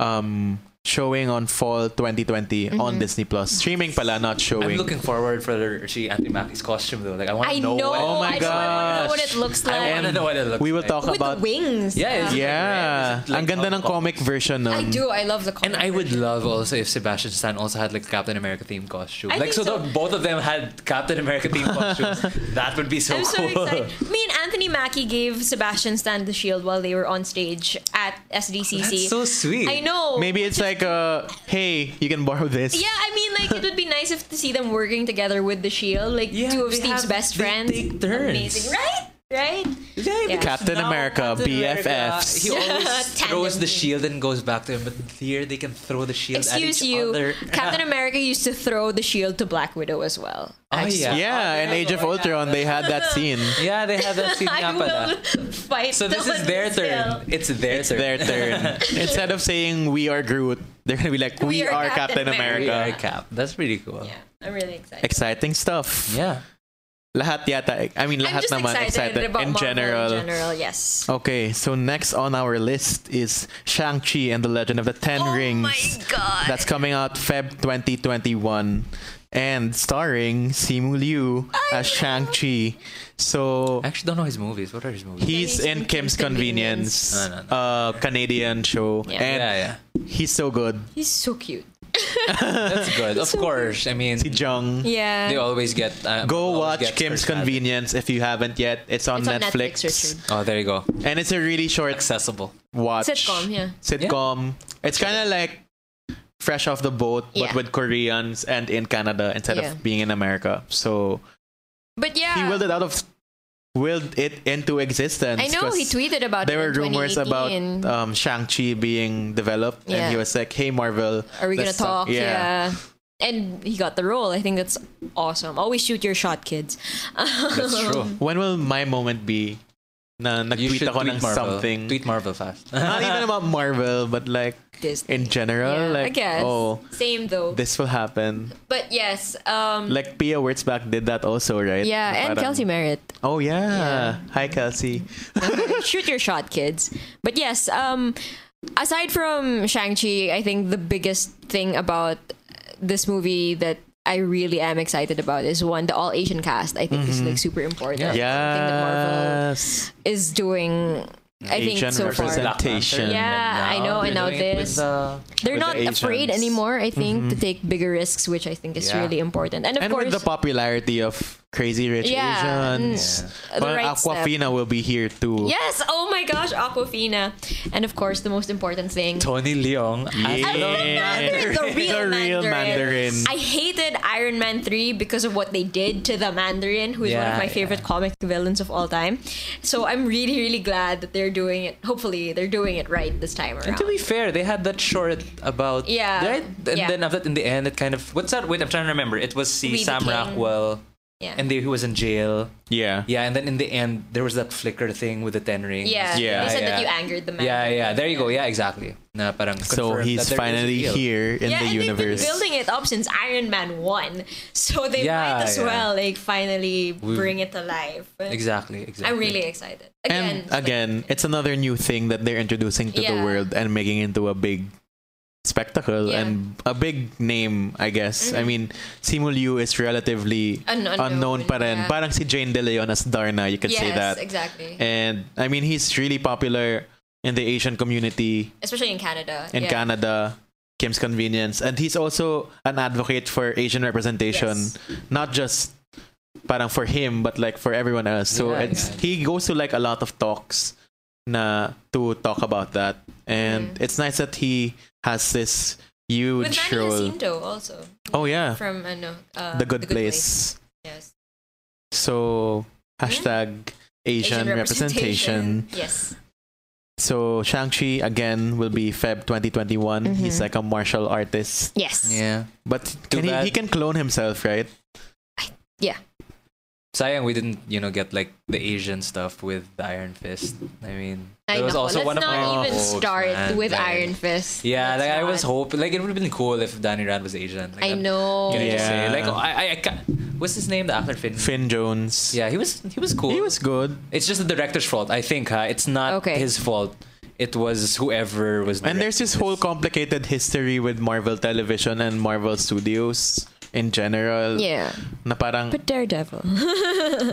S1: um showing on fall 2020
S2: Mm-hmm.
S1: on Disney Plus. Streaming pala, not showing.
S3: I'm looking forward for the, see Anthony Mackie's costume though. Like I want
S2: I
S3: to
S2: know.
S3: know. What,
S1: Oh my
S2: I just wanna know what it looks like.
S3: I want to know what it looks.
S1: we will
S3: like.
S1: talk
S2: with
S1: about
S2: the wings.
S3: Yeah, it's-
S1: Yeah,
S3: Is it like
S1: ang ganda
S3: all
S1: ng comic version nun.
S2: I do. I love the. Comic
S3: And I would
S2: version.
S3: love also if Sebastian Stan also had like Captain America themed costume.
S2: I
S3: like
S2: think
S3: so,
S2: so.
S3: that both of them had Captain America themed costumes. That would be so
S2: I'm so
S3: cool.
S2: excited. Me and Anthony Mackie gave Sebastian Stan the shield while they were on stage at SDCC.
S3: That's so sweet.
S2: I know.
S1: Maybe it's like uh hey, you can borrow this.
S2: Yeah, I mean, like it would be nice if to see them working together with the shield, like
S3: Yeah,
S2: two of
S3: they
S2: Steve's
S3: have-
S2: best
S3: they
S2: friends.
S3: take turns.
S2: Amazing, right? Right? Yeah.
S1: Captain
S3: Now,
S1: America,
S3: Captain America,
S1: BFFs.
S3: he always
S2: Tandem
S3: throws the
S2: team.
S3: shield and goes back to him, but here they can throw the shield
S2: Excuse
S3: at each
S2: you.
S3: other.
S2: Captain America used to throw the shield to Black Widow as well.
S3: oh, yeah.
S1: Yeah, in Age of Ultron they had that scene.
S3: Yeah, they have that scene
S2: I
S3: nga
S2: will
S3: pala.
S2: fight.
S3: So this
S2: someone
S3: is their
S2: with this
S3: turn.
S2: hill.
S3: It's their turn.
S1: Their turn. Instead of saying we are Groot, they're gonna be like we, are, Captain
S3: We
S1: America.
S3: are Cap. That's pretty cool.
S2: Yeah, I'm really excited.
S1: Exciting stuff.
S3: Yeah.
S1: Lahat yata. I mean,
S2: I'm
S1: lahat
S2: just
S1: naman
S2: excited,
S1: excited
S2: about
S1: in
S2: Marvel
S1: general.
S2: In general, yes.
S1: Okay, so next on our list is Shang-Chi and the Legend of the Ten
S2: Oh
S1: Rings.
S2: my God.
S1: That's coming out Feb 2021 and starring Simu Liu as Shang-Chi. So
S3: I actually don't know his movies. What are his movies?
S1: he's
S2: He's
S1: in
S2: in
S1: Kim's
S2: Kim's
S1: Convenience,
S3: Convenience. No, no,
S1: uh Canadian show
S2: Yeah.
S1: and
S3: yeah, yeah.
S1: he's so good.
S2: He's so cute.
S3: That's good. Of course. I mean,
S1: Si Jung.
S2: Yeah.
S3: they always get. Uh,
S1: Go
S3: always
S1: watch
S3: get
S1: Kim's
S3: first ad.
S1: Convenience if you haven't yet. It's on,
S2: it's on
S1: Netflix.
S2: Netflix, Richard.
S3: Oh, there you go.
S1: and it's a really short
S3: Accessible.
S1: watch.
S2: Sitcom, yeah.
S1: Sitcom. It's kind of like Fresh Off the Boat,
S2: Yeah.
S1: but with Koreans and in Canada instead
S2: Yeah.
S1: of being in America. So
S2: But yeah,
S1: he willed it out of willed it into existence.
S2: I know
S1: 'cause
S2: he tweeted about
S1: There
S2: it
S1: were
S2: in
S1: rumors about
S2: 2018.
S1: um, Shang Chi being developed, and he
S2: Yeah.
S1: was like, "Hey Marvel,
S2: Are we gonna
S1: let's
S2: talk? Yeah. And he got the role. I think that's awesome. Always shoot your shot, kids.
S3: That's true.
S1: When will my moment be? Na
S3: You
S1: nag-tweet
S3: should
S1: ako
S3: tweet
S1: ng
S3: Marvel.
S1: something.
S3: Tweet Marvel fast.
S1: Not even about Marvel, but like
S2: Disney.
S1: in general,
S2: Yeah,
S1: like
S2: I guess.
S1: oh,
S2: Same though.
S1: this will happen.
S2: but yes. Um,
S1: Like Pia Wurtzbach did that also, right?
S2: yeah,
S1: Na
S2: and
S1: parang-
S2: Kelsey Merritt.
S1: Oh yeah. Hi Kelsey.
S2: shoot your shot, kids. But yes, um, aside from Shang-Chi, I think the biggest thing about this movie that I really am excited about is one, the all Asian cast. I think is like super important.
S3: Yeah.
S2: Something that Marvel
S1: Yes.
S2: is doing. I
S1: Asian
S2: think so far.
S1: representation.
S2: Yeah, I know, and now this.
S3: uh,
S2: They're
S1: with
S2: not
S1: the
S2: afraid
S1: Asians.
S2: anymore, I think, to take bigger risks, which I think is
S3: Mm-hmm. Yeah.
S2: really important. And of
S1: And
S2: course,
S1: with the popularity of Crazy Rich
S2: Yeah, and
S1: Asians,
S2: the
S1: well,
S2: right step.
S1: Aquafina will be here too.
S2: Yes! Oh my gosh, Aquafina. And of course, the most important thing.
S3: Tony Leong.
S1: Yeah.
S2: The real,
S1: The real Mandarin.
S2: I hated Iron Man 3 because of what they did to the Mandarin, who is one of
S3: Yeah,
S2: my favorite comic villains of all time. So I'm really, really glad that they're doing it. Hopefully, they're doing it right this time around.
S3: And to be fair, they had that short about
S2: Yeah.
S3: right, and
S2: Yeah.
S3: then after that, in the end, it kind of what's that? Wait, I'm trying to remember. It was
S2: We
S3: see Sam
S2: Became-
S3: Rockwell,
S2: yeah.
S3: and they, he was in jail.
S1: Yeah.
S3: Yeah, and then in the end, there was that flicker thing with the ten rings.
S2: yeah.
S1: Yeah,
S2: They said
S3: yeah.
S2: that you angered the Mandarin.
S3: yeah, yeah. There you go. Yeah, exactly. Na parang
S1: So
S3: confirmed
S1: he's
S3: that there is a
S1: finally
S3: deal.
S1: here in
S2: yeah,
S1: the
S2: and
S1: universe.
S2: they've been building it up since Iron Man one, so they
S3: Yeah,
S2: might as
S3: yeah.
S2: well like finally
S3: We-
S2: bring it alive.
S3: Exactly. Exactly.
S2: I'm really excited. Again,
S1: and again, it's another new thing that they're introducing to the
S2: Yeah.
S1: world and making into a big spectacle
S2: Yeah.
S1: and
S2: Mm-hmm.
S1: a big name, I guess. I mean, Simu Liu is relatively
S2: An unknown,
S1: unknown pa rin.
S2: yeah.
S1: Parang si Jane De Leon as Darna, you could
S2: yes,
S1: say that.
S2: exactly.
S1: And I mean, he's really popular in the Asian community
S2: Especially in Canada.
S1: in
S2: yeah.
S1: Canada, Kim's Convenience, and he's also an advocate for Asian representation,
S2: Yes.
S1: not just parang for him but like for everyone else. So
S3: Yeah,
S1: it's
S3: yeah.
S1: he goes to like a lot of talks na to talk about that, and it's nice that he has this
S2: Mm.
S1: huge
S2: With Manny
S1: role.
S2: Jacinto also
S1: Oh yeah,
S2: from ano, uh,
S1: the good, place.
S2: Yes.
S1: So hashtag
S2: Hmm?
S1: Asian, representation.
S2: Yes.
S1: So Shang-Chi again will be Feb 2021. He's like a martial artist.
S2: Yes.
S3: Yeah.
S1: But
S3: Too
S1: can he,
S3: bad.
S1: he can clone himself, right?
S3: Sayang we didn't, you know, get like the Asian stuff with the Iron Fist. I mean,
S2: I
S3: that was
S2: know.
S3: also
S2: Let's
S3: one of
S2: not
S3: my
S2: even
S3: hopes,
S2: start
S3: man.
S2: with
S3: Like,
S2: Iron Fist.
S3: Yeah,
S2: Let's
S3: like I was
S2: not.
S3: hoping, like it would have been cool if Danny Rand was Asian. Like,
S2: I
S3: I'm
S2: know.
S3: gonna just say,
S1: Yeah.
S3: like I, I, I ca- what's his name? The actor Finn.
S1: Finn Jones.
S3: Yeah, he was, he was cool.
S1: He was good.
S3: It's just the director's fault, I think. Huh? It's not
S2: Okay.
S3: his fault. It was whoever was.
S1: And there's this whole complicated history with Marvel Television and Marvel Studios in general.
S2: Yeah.
S1: Na parang
S2: But Daredevil.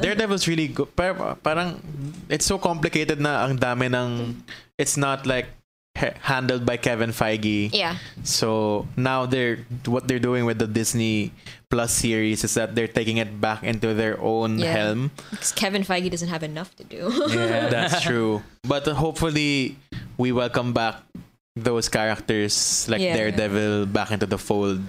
S1: Daredevil's really good. Par- parang it's so complicated na ang dami ng it's not like he- handled by Kevin Feige.
S2: yeah.
S1: So now they're what they're doing with the Disney Plus series is that they're taking it back into their own
S2: Yeah.
S1: helm.
S2: Because Kevin Feige doesn't have enough to do.
S3: Yeah,
S1: That's true. But hopefully, we welcome back those characters like
S2: Yeah.
S1: Daredevil back into the fold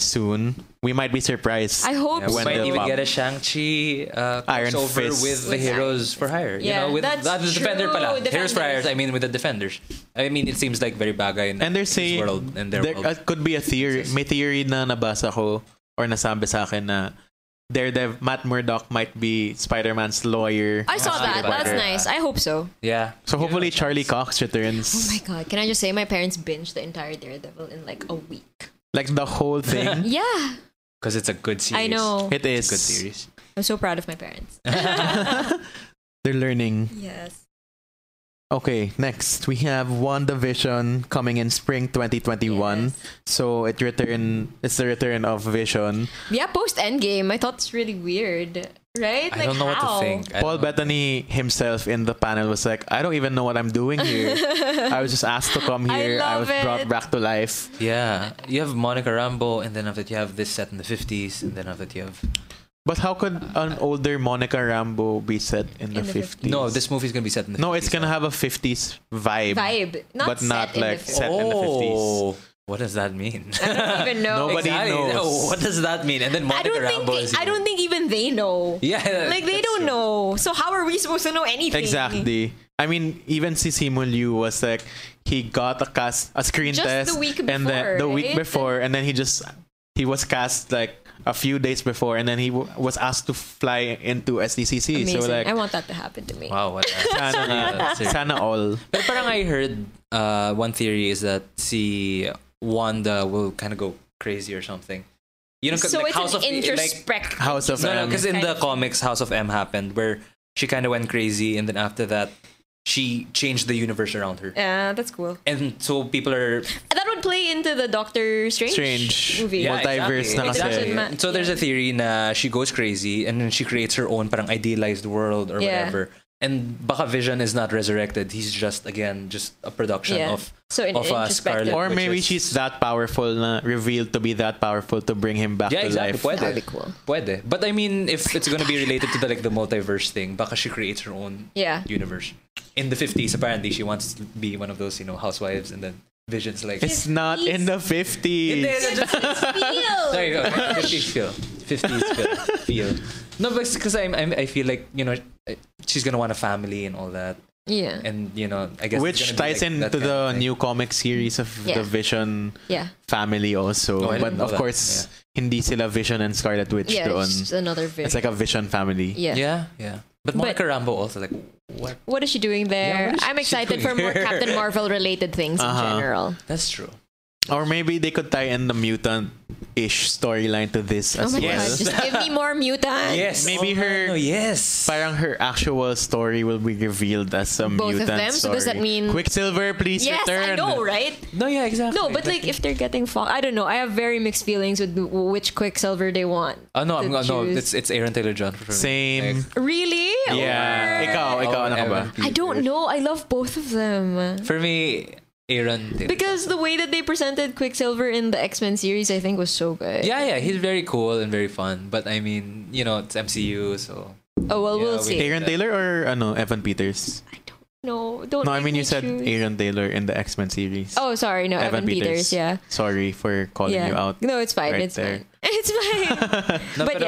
S1: soon. We might be surprised.
S2: Mm-hmm. I hope
S3: Yeah, we
S1: When
S3: might
S1: the
S3: even
S1: pop-
S3: get a Shang Chi uh,
S1: Iron
S3: crossover
S1: Fist.
S3: with the
S2: With
S3: Heroes for Hire.
S2: Yeah,
S3: you know, with
S2: that's
S3: uh, the Defender
S2: true,
S3: pala. Heroes for
S2: Defenders.
S3: Hire. I mean, with the Defenders. I mean, it seems like very bagay in
S1: and they're
S3: his
S1: saying
S3: world and their
S1: there
S3: world.
S1: uh, could be a theory. May theory na nabasa ko or nasabi sa akin na Daredevil Matt Murdock might be Spider-Man's lawyer.
S2: I saw that. That's nice. I hope so.
S3: yeah.
S1: so hopefully
S3: Yeah.
S1: Charlie Cox returns.
S2: Oh my god, can I just say my parents binged the entire Daredevil in like a week?
S1: like the whole thing.
S2: Yeah,
S3: Because it's a good
S2: I
S3: series.
S2: know.
S1: it
S3: It's a good
S1: is.
S3: series.
S2: I'm so proud of my parents.
S1: They're learning.
S2: Yes.
S1: Okay, next we have WandaVision coming in spring 2021.
S2: Yes.
S1: So it return it's the return of Vision.
S2: Yeah, post Endgame, I thought it's really weird, right?
S3: I don't know what to think. I
S1: Paul
S3: don't know.
S1: Bettany himself in the panel was like, I don't even know what I'm doing here. I was just asked to come
S2: I
S1: here. I,
S2: love
S1: was brought
S2: it.
S1: back to life.
S3: Yeah, you have Monica Rambo, and then after that you have this set in the fifties, and then after that you have
S1: But how could an older Monica Rambo be set in, the,
S2: the
S1: 50s?
S3: no. This movie's gonna be set in the
S1: No, it's gonna have a 50s vibe.
S2: Vibe, not
S1: but
S2: set
S1: not
S2: in the
S1: like
S2: film.
S1: set in the 50s.
S3: Oh, what does that mean?
S2: don't even know.
S1: Nobody
S3: Exactly. Oh,
S1: knows.
S3: What does that mean? And then
S2: I
S3: Monica
S2: don't think
S3: Rambo is
S2: they, I
S3: here.
S2: don't think even they know.
S3: Yeah,
S2: Like they
S3: that's
S2: don't
S3: true.
S2: know. So how are we supposed to know anything?
S1: Exactly. I mean, even si Simon Liu was like, he got a cast, a screen
S2: Just
S1: test,
S2: the week
S1: and then
S2: before,
S1: the week
S2: right?
S1: before, and then he just he was cast like a few days before, and then he w- was asked to fly into SDCC.
S2: Amazing.
S1: So like,
S2: I want that to happen to me.
S3: Wow, what? a-
S1: sana, nga,
S3: Seriously.
S1: sana all.
S3: But parang I heard uh, one theory is that si Wanda will kind of go crazy or something. You know, 'cause
S2: So
S3: like
S2: it's
S3: House
S2: an
S3: of E, like,
S2: introspect.
S1: House of
S3: No, no,
S1: M.
S3: because in
S2: Kind
S3: the
S2: of-
S3: comics, House of M happened where she kind of went crazy, and then after that, she changed the universe around her.
S2: yeah, that's cool.
S3: And so people are
S2: That would play into the Doctor Strange,
S1: Strange.
S2: movie.
S1: Yeah. Multiverse na
S2: kasi. It doesn't ma-
S3: So there's a theory na she goes crazy and then she creates her own parang idealized world or
S2: Yeah.
S3: whatever. And baka Vision is not resurrected. He's just again just a production
S2: Yeah.
S3: of
S2: So in-
S3: of uh,
S2: introspective.
S3: Scarlet.
S1: Or
S3: which
S1: maybe
S3: is-
S1: she's that powerful, na revealed to be that powerful to bring him back
S3: yeah,
S1: to
S3: exactly.
S1: life.
S3: Pwede.
S2: That would be cool.
S3: Pwede. But I mean, if it's gonna be related to the like the multiverse thing, baka she creates her own
S2: Yeah.
S3: universe. In the 50s, apparently, she wants to be one of those, you know, housewives, and then Vision's like.
S1: It's not in the
S3: Hindi,
S1: fifties.
S3: no, just- Sorry, no, 50s feel. 50s feel. feel. No, because I'm, I'm, I feel like, you know, I- she's going to want a family and all that.
S2: Yeah.
S3: And, you know, I guess.
S1: Which ties into the new comic series of
S2: Yeah.
S1: the Vision
S2: Yeah.
S1: family also.
S3: Oh, I
S1: but
S3: didn't know
S1: of
S3: that.
S1: course, hindi sila Vision and Scarlet Witch
S2: Yeah.
S1: doon.
S2: It's just another vision.
S1: It's like a Vision family.
S2: yeah.
S3: Yeah, yeah. But
S2: But-
S3: Monica Rambo also, like, what?
S2: What is she doing
S3: Yeah,
S2: there?
S3: what is
S2: I'm
S3: she
S2: excited for
S3: doing
S2: more
S3: here?
S2: Captain Marvel related things
S1: Uh-huh.
S2: in general.
S3: That's true.
S1: Or maybe they could tie in the mutant-ish storyline to this as
S2: oh my
S1: well.
S2: god, just give me more mutants.
S1: Maybe
S3: Oh,
S1: her-
S3: no, yes.
S1: Parang her actual story will be revealed as a
S2: Both of
S1: mutant
S2: them? So does
S1: story.
S2: that mean-
S1: Quicksilver, please
S2: Yes,
S1: return.
S2: I know, right?
S3: No, yeah, exactly.
S2: No, but like if they're getting Fox, I don't know. I have very mixed feelings with which Quicksilver they want.
S3: Oh, no, I'm,
S2: to
S3: no,
S2: choose.
S3: it's, it's Aaron Taylor John. For me.
S1: Same.
S2: Really?
S1: Yeah.
S2: Or-
S1: Ikaw, ikaw,
S3: Oh,
S1: ano ka ba?
S3: Evan
S2: I don't
S3: Peters.
S2: know. I love both of them.
S3: For me, Aaron Taylor.
S2: Because the way that they presented Quicksilver in the X Men series, I think, was so good.
S3: Yeah, yeah, he's very cool and very fun. But I mean, you know, it's MCU, so
S2: Oh well,
S3: Yeah,
S2: we'll see.
S3: we-
S1: Aaron Taylor or ano, Evan Peters?
S2: I don't know. Don't.
S1: No, I
S2: make
S1: mean
S2: me
S1: you said
S2: choose.
S1: Aaron Taylor in the X Men series.
S2: Oh, sorry. No, Evan, Peters. Yeah.
S1: Sorry for calling you
S2: yeah.
S1: out.
S2: no, it's fine.
S1: right
S2: it's
S1: there.
S2: fine. It's fine.
S3: No,
S2: But
S3: but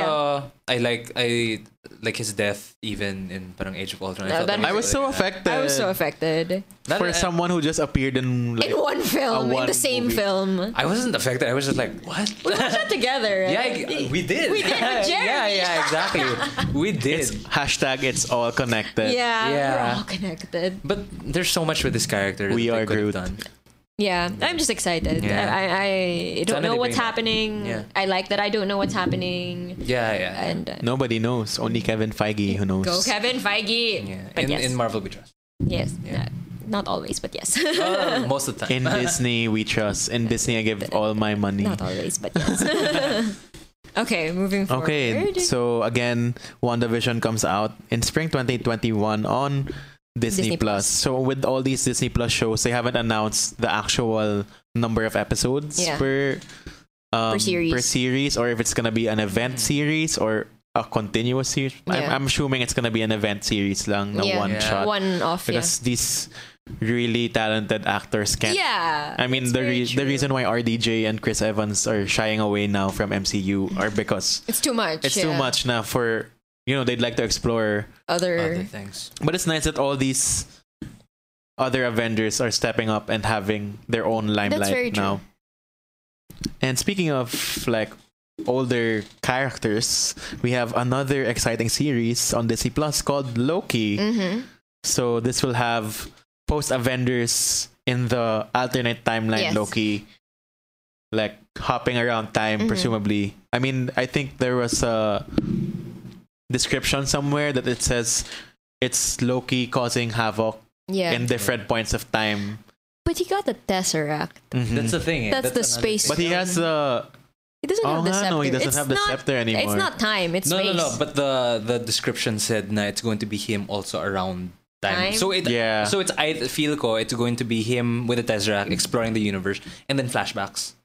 S3: I like I like his death even in parang Age of Ultron.
S2: No,
S3: felt
S2: that
S3: like-
S1: I was so affected.
S2: I was so affected
S3: That-
S1: for someone who just appeared in like
S2: in one film, in
S1: one
S2: the same
S1: movie.
S2: film.
S3: I wasn't affected. I was just like, what?
S2: We watched that together.
S3: yeah,
S2: Right?
S3: I- we did.
S2: We did with
S3: yeah,
S2: Jeremy.
S3: yeah, exactly. We did.
S1: it's hashtag it's all connected.
S2: Yeah,
S3: Yeah.
S2: we're all connected.
S3: but there's so much with this character.
S1: We
S3: that they
S1: are
S3: could've
S1: Groot.
S3: Done.
S2: Yeah, I'm just excited.
S3: Yeah.
S2: I, I, I don't
S3: Sana
S2: know
S3: they
S2: what's
S3: bring it.
S2: happening.
S3: Yeah.
S2: I like that I don't know what's happening.
S3: Yeah, yeah.
S2: And uh,
S1: Nobody knows. Only Kevin Feige who knows.
S2: go Kevin Feige.
S3: yeah.
S2: But
S3: In,
S2: yes,
S3: in Marvel, we trust.
S2: yes,
S3: Yeah.
S2: no, not always, but yes,
S3: Uh, most of the time.
S1: In Disney we trust. In Disney I give all my money.
S2: not always, but yes. okay, moving forward.
S1: Okay, so again, WandaVision comes out in spring 2021 on Disney,
S2: Disney
S1: Plus. So with all these Disney Plus shows, they haven't announced the actual number of episodes
S2: Yeah.
S1: per um,
S2: series.
S1: per series, or if it's gonna be an event series or a continuous series.
S2: Yeah.
S1: I'm, I'm assuming it's gonna be an event series lang, na
S2: Yeah.
S1: one
S3: Yeah.
S1: shot,
S2: one off.
S1: uh,
S2: Yeah.
S1: because these really talented actors can't
S2: yeah,
S1: I mean,
S2: that's
S1: the
S2: very
S1: re- the
S2: true.
S1: reason why RDJ and Chris Evans are shying away now from MCU are because
S2: it's too much.
S1: it's too
S2: yeah.
S1: much now for you know they'd like to explore.
S3: Other
S2: Other,
S3: things.
S1: But it's nice that all these other Avengers are stepping up and having their own limelight
S2: very true.
S1: now. And speaking of like older characters, we have another exciting series on Disney Plus called Loki.
S2: hmm
S1: So this will have post Avengers in the alternate timeline
S2: Yes.
S1: Loki, like hopping around time,
S2: Mhm.
S1: presumably. I mean, I think there was a description somewhere that it says it's Loki causing havoc
S2: yeah.
S1: in different points of time.
S2: but he got the tesseract.
S1: Mhm.
S3: That's the thing. eh.
S2: That's the
S3: another
S2: space
S3: thing.
S1: but he has the
S2: He doesn't
S1: oh
S2: have the
S1: nga,
S2: scepter.
S1: no, he doesn't
S2: it's
S1: have the
S2: not,
S1: scepter anymore.
S2: It's not time. It's
S3: no,
S2: space.
S3: no, no. But the the description said na it's going to be him also around time.
S2: Time?
S3: So it
S1: Yeah.
S3: So it's I feel ko it's going to be him with the Tesseract exploring the universe and then flashbacks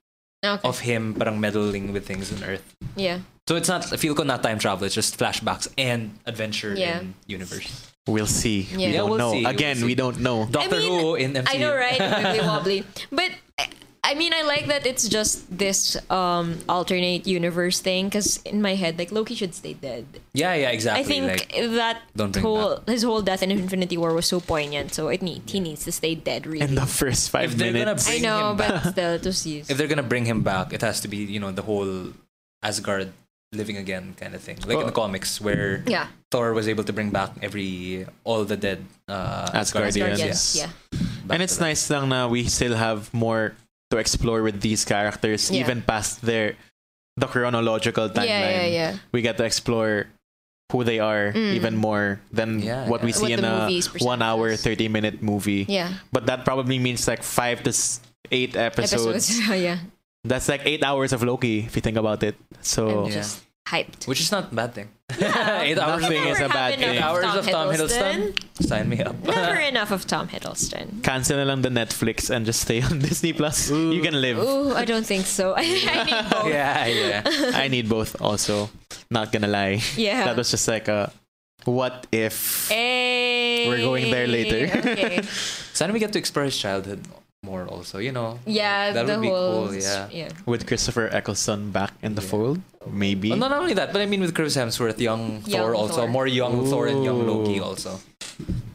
S2: Okay.
S3: of him parang meddling with things on Earth.
S2: yeah.
S3: So it's not I feel ko not time travel. It's just flashbacks and adventure
S2: Yeah.
S3: in universe.
S1: We'll see.
S2: Yeah.
S1: We
S2: Yeah,
S1: don't
S3: we'll
S1: know.
S3: see, we'll
S1: Again,
S3: see.
S1: we don't know.
S3: Doctor
S2: mean,
S3: Who in MCU.
S2: I know, right? It would be wobbly. But I- I mean, I I like that it's just this um alternate universe thing because in my head, like Loki should stay dead.
S3: Yeah, yeah, exactly.
S2: I think
S3: like,
S2: that
S3: don't bring
S2: whole his whole death in Infinity War was so poignant, so it need he needs to stay dead really.
S1: in the first five
S3: If they're gonna
S1: minutes.
S2: I
S3: bring
S2: know,
S3: him
S2: but still, it was used.
S3: if they're gonna bring him back, it has to be you know the whole Asgard living again kind of thing, like in the comics where
S2: Yeah,
S3: Thor was able to bring back every all the dead uh,
S1: Asgardians.
S2: Guardians. Yeah,
S1: and
S3: back to
S1: it's
S3: them.
S1: nice lang na we still have more to explore with these characters,
S2: Yeah.
S1: even past their the chronological
S2: yeah,
S1: timeline.
S2: yeah, yeah.
S1: We get to explore who they are
S2: Mm.
S1: even more than
S3: Yeah,
S1: what we
S3: yeah.
S1: see
S2: What
S1: in
S2: the
S1: a
S2: movies present
S1: one hour,
S2: us.
S1: thirty minute movie.
S2: yeah.
S1: But that probably means like five to s- eight episodes.
S2: Episodes. Oh, yeah,
S1: That's like eight hours of Loki if you think about it. So
S2: I'm
S3: Yeah.
S2: just hyped.
S3: which is not a bad thing. Eight
S1: Yeah.
S3: hours,
S1: Nothing
S3: of,
S1: is a bad
S3: eight
S1: thing.
S3: hours of Tom Hiddleston. Sign me up.
S2: Never enough of Tom Hiddleston.
S1: cancel na lang the Netflix and just stay on Disney Plus. You can live.
S2: Ooh, I don't think so. I, I need both.
S3: yeah, yeah.
S1: I need both also. Not gonna lie.
S2: Yeah.
S1: That was just like a what if
S2: Hey.
S1: We're going there later.
S2: okay.
S3: So then we get to explore his childhood more. Also, you know.
S2: Yeah,
S3: That
S2: the
S3: would be
S2: whole.
S3: cool, yeah.
S1: with Christopher Eccleston back in the
S3: Yeah.
S1: fold? Maybe.
S3: Well, not only that, but I mean with Chris Hemsworth, young,
S2: Young
S3: Thor
S2: Thor.
S3: also, more young Thor and young Loki
S1: Ooh.
S3: also.